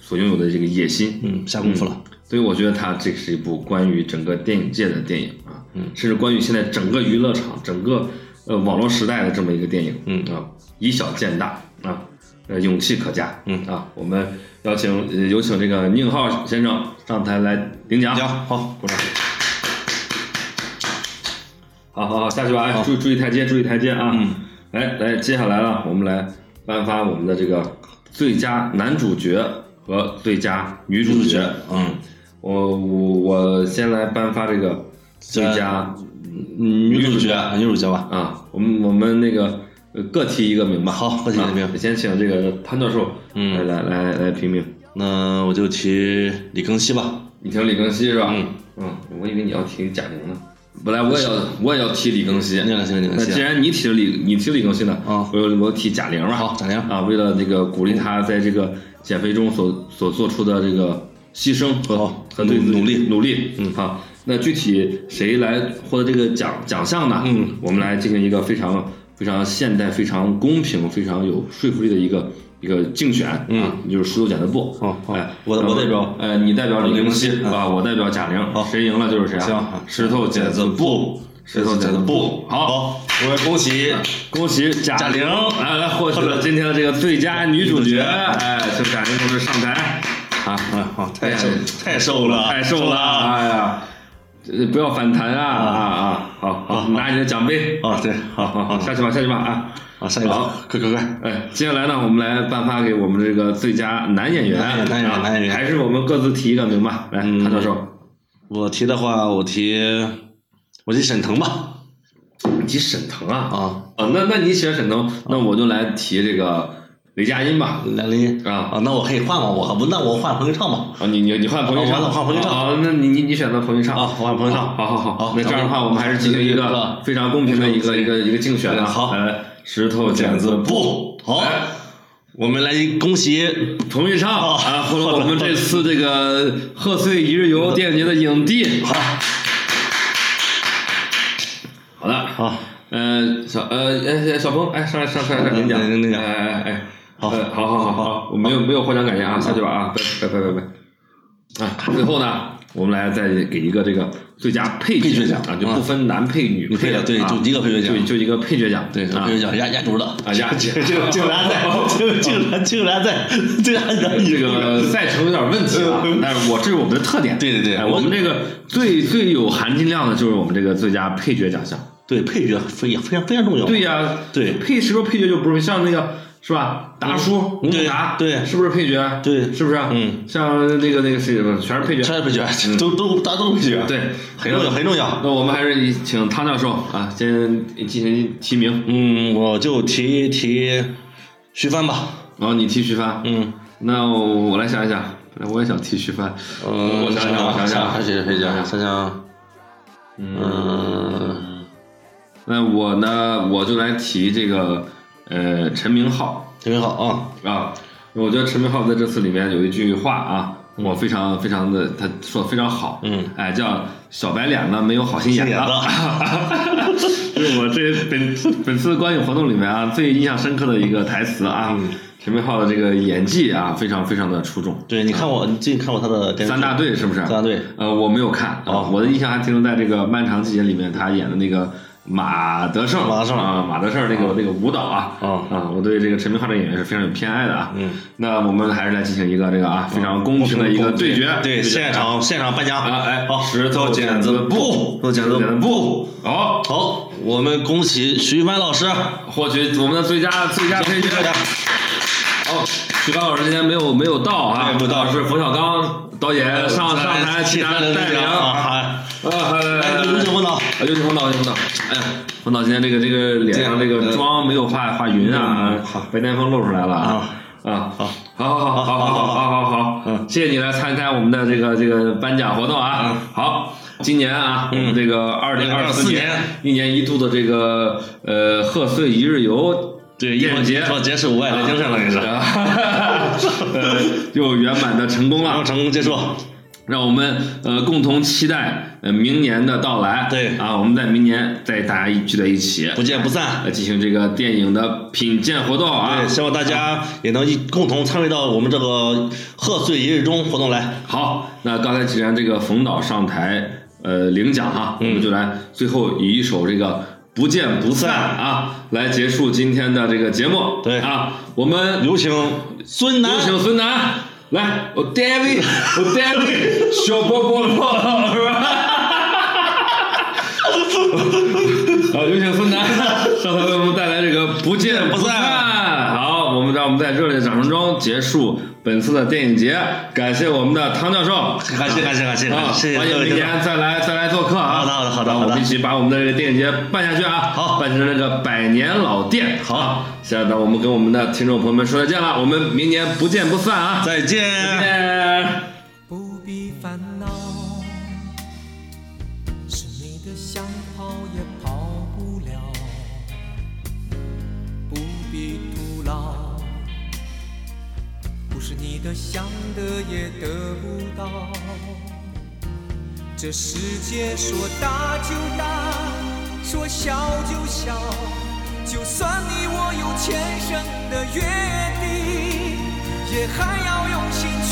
所拥有的这个野心，嗯，下功夫了。所以我觉得他这是一部关于整个电影界的电影啊，嗯，甚至关于现在整个娱乐场、整个呃网络时代的这么一个电影，嗯啊，以小见大啊，呃，勇气可嘉，嗯啊，我们邀请呃有请这个宁浩先生上台来领奖，行，好，鼓掌。好好好，下去吧，哎，注意注意台阶，注意台阶啊！嗯，来来，接下来了，我们来颁发我们的这个最佳男主角和最佳女主角。嗯，我我我先来颁发这个最佳佳女主角，女主角吧。啊，我们我们那个呃各提一个名吧。好各提一个名啊先请这个潘教授，嗯来来来来评评。那我就提李庚希吧。你听李庚希是吧？嗯嗯，我以为你要提贾玲呢。本来我也要我也要提李庚希，李庚希，李那庚既希。然你提了李，你提了李庚希呢，啊我我提贾玲嗯吧。好贾玲啊，为了这个鼓励她在这个减肥中所所做出的这个牺牲和好和对自己努努力努力，嗯，好。那具体谁来获得这个奖奖项呢？嗯，我们来进行一个非常非常现代、非常公平、非常有说服力的一个一个竞选。嗯啊，就是十足剪子布。好好哎，我然后我代表哎，你代表李李庚庚希嗯希啊，我代表贾玲好，谁赢了就是谁啊。行石头剪子布，石头剪子布，好。嗯好，我要恭喜恭喜贾贾玲哎，来获取 了今天的这个最佳女主角，哎，请贾玲同志上台。啊，嗯，好，太哎瘦太瘦了，啊太瘦了，哎呀，这不要反弹啊啊啊！好好，好拿你的奖杯，啊！对，好好好好，好，下去吧，下去吧啊！好，下一个好，快快快！哎，接下来呢，我们来颁发给我们这个最佳男演员，男演员男演员啊男演员还是我们各自提一个名吧。来，嗯谭教授，我提的话，我提我提沈腾吧。你提沈腾啊？啊，啊，那那你选沈腾，那我就来提这个雷佳音吧。梁林啊啊，那我可以换吗？我不，那我换彭昱畅吧。啊，你你你换彭昱畅，啊我换彭昱畅好，那你你你选择彭昱畅啊我换彭昱畅好好好好那这样的话，我们还是进行一个非常公平的一个一个一个竞选啊。好来，石头剪子布，好哎，我们来恭喜彭昱畅哦啊，获得我们这次这个贺岁一日游电影节的影帝。好好的，好，呃，小呃哎小鹏，哎上来上来上来上来领奖，领领奖哎哎哎，嗯好呃好好好好，我没有没有获奖感言啊，下去吧啊，拜拜拜拜拜，啊，最后呢，我们来再给一个这个最佳配配角奖啊，就不分男配女女配了，了对啊就一个配角奖就就一个配角奖，对，啊我跟你讲压压轴的，啊呀，这这竟然在，竟竟然竟然在， 竟然在这个赛程有点问题 啊，但是我这是我们的特点，对对对哎我我们这个最最有含金量的就是我们这个最佳配角奖项。对配角非非常非常重要。对呀、对配是不是配角就不是像那个是吧？达叔、吴孟达，嗯对对是不是配角？对是不是？嗯，像那个那个谁，全是配角。全是配角，都都大家都是配角，嗯对，很重要很重要。那我们还是请汤教授啊，先进行提名。嗯，我就提提徐帆吧。然后你提徐帆，嗯，那我来想一想，本来我也想提徐帆，嗯，我想想，我嗯想想，还是谁讲？想想，嗯，嗯，那我呢，我就来提这个呃陈明浩。特别好啊。啊，我觉得陈明浩在这次里面有一句话啊，我非常非常的，他说的非常好，嗯，哎，叫小白脸呢没有好心眼心眼子子， 是我这本本次观影活动里面啊最印象深刻的一个台词啊，嗯陈明浩的这个演技啊非常非常的出众，对，你看我，你最近看过他的电视剧嗯三大队是不是？三大队，呃，我没有看啊、哦我的印象还停留在这个《漫长季节》里面他演的那个马德胜，马德胜啊，马德胜那个、那个舞蹈啊，哦啊，我对这个陈明昊这个演员是非常有偏爱的啊。嗯，那我们还是来进行一个这个啊非常公平的一个对决，对，决现场现场颁奖啊，哎，好，石头剪子布，石头剪子布，好，好，我们恭喜徐帆老师，获取我们的最佳最佳配角。哦，徐刚老师今天没有没有到啊，对没有到是冯小刚导演上上台替他带领啊，啊，呃哎，有请问导，啊，有请冯导，有请冯导。哎呀，冯导今天这个这个脸上这个妆没有画画匀嗯啊，白癜风露出来了啊啊！好，好，好，好，嗯嗯好，好，好，好，好，谢谢你来参加我们的这个这个颁奖活动啊。好，今年啊，我们这个二零二2024年年一年一度的这个呃贺岁一日游对，一电保影节节，一保节是五百来精神了，也是。啊，呃， 又圆满的成功然了后。成功结束，让我们呃共同期待呃明年的到来。对啊，我们在明年再大家一聚在一起，不见不散。来进行这个电影的品鉴活动啊对，。希望大家也能一共同参与到我们这个贺岁一日中活动来。好，那刚才既然这个冯导上台呃领奖哈，我们就来最后以一首这个。不见不散啊！来结束今天的这个节目。对啊，我们有请孙楠有，请孙楠来，我 David，我 David，小波波波，是吧？好，有请孙楠上台为我们带来这个不见不散。好，我们让我们在热烈的掌声中结束本次的电影节，感谢我们的汤教授。感谢感谢感谢啊，感谢，谢谢欢各迎位明听众。年再来再来做客啊！好的好的好的好的我们一起把我们的这个电影节办下去啊！好办成这个百年老店。好，现在呢，我们跟我们的听众朋友们说再见了，我们明年不见不散啊！再见。再见。不必烦恼，是你的想跑也跑不了，不必徒劳，不是你的想得也得不到。这世界说大就大，说小就小，就算你我有前生的约定，也还要用心去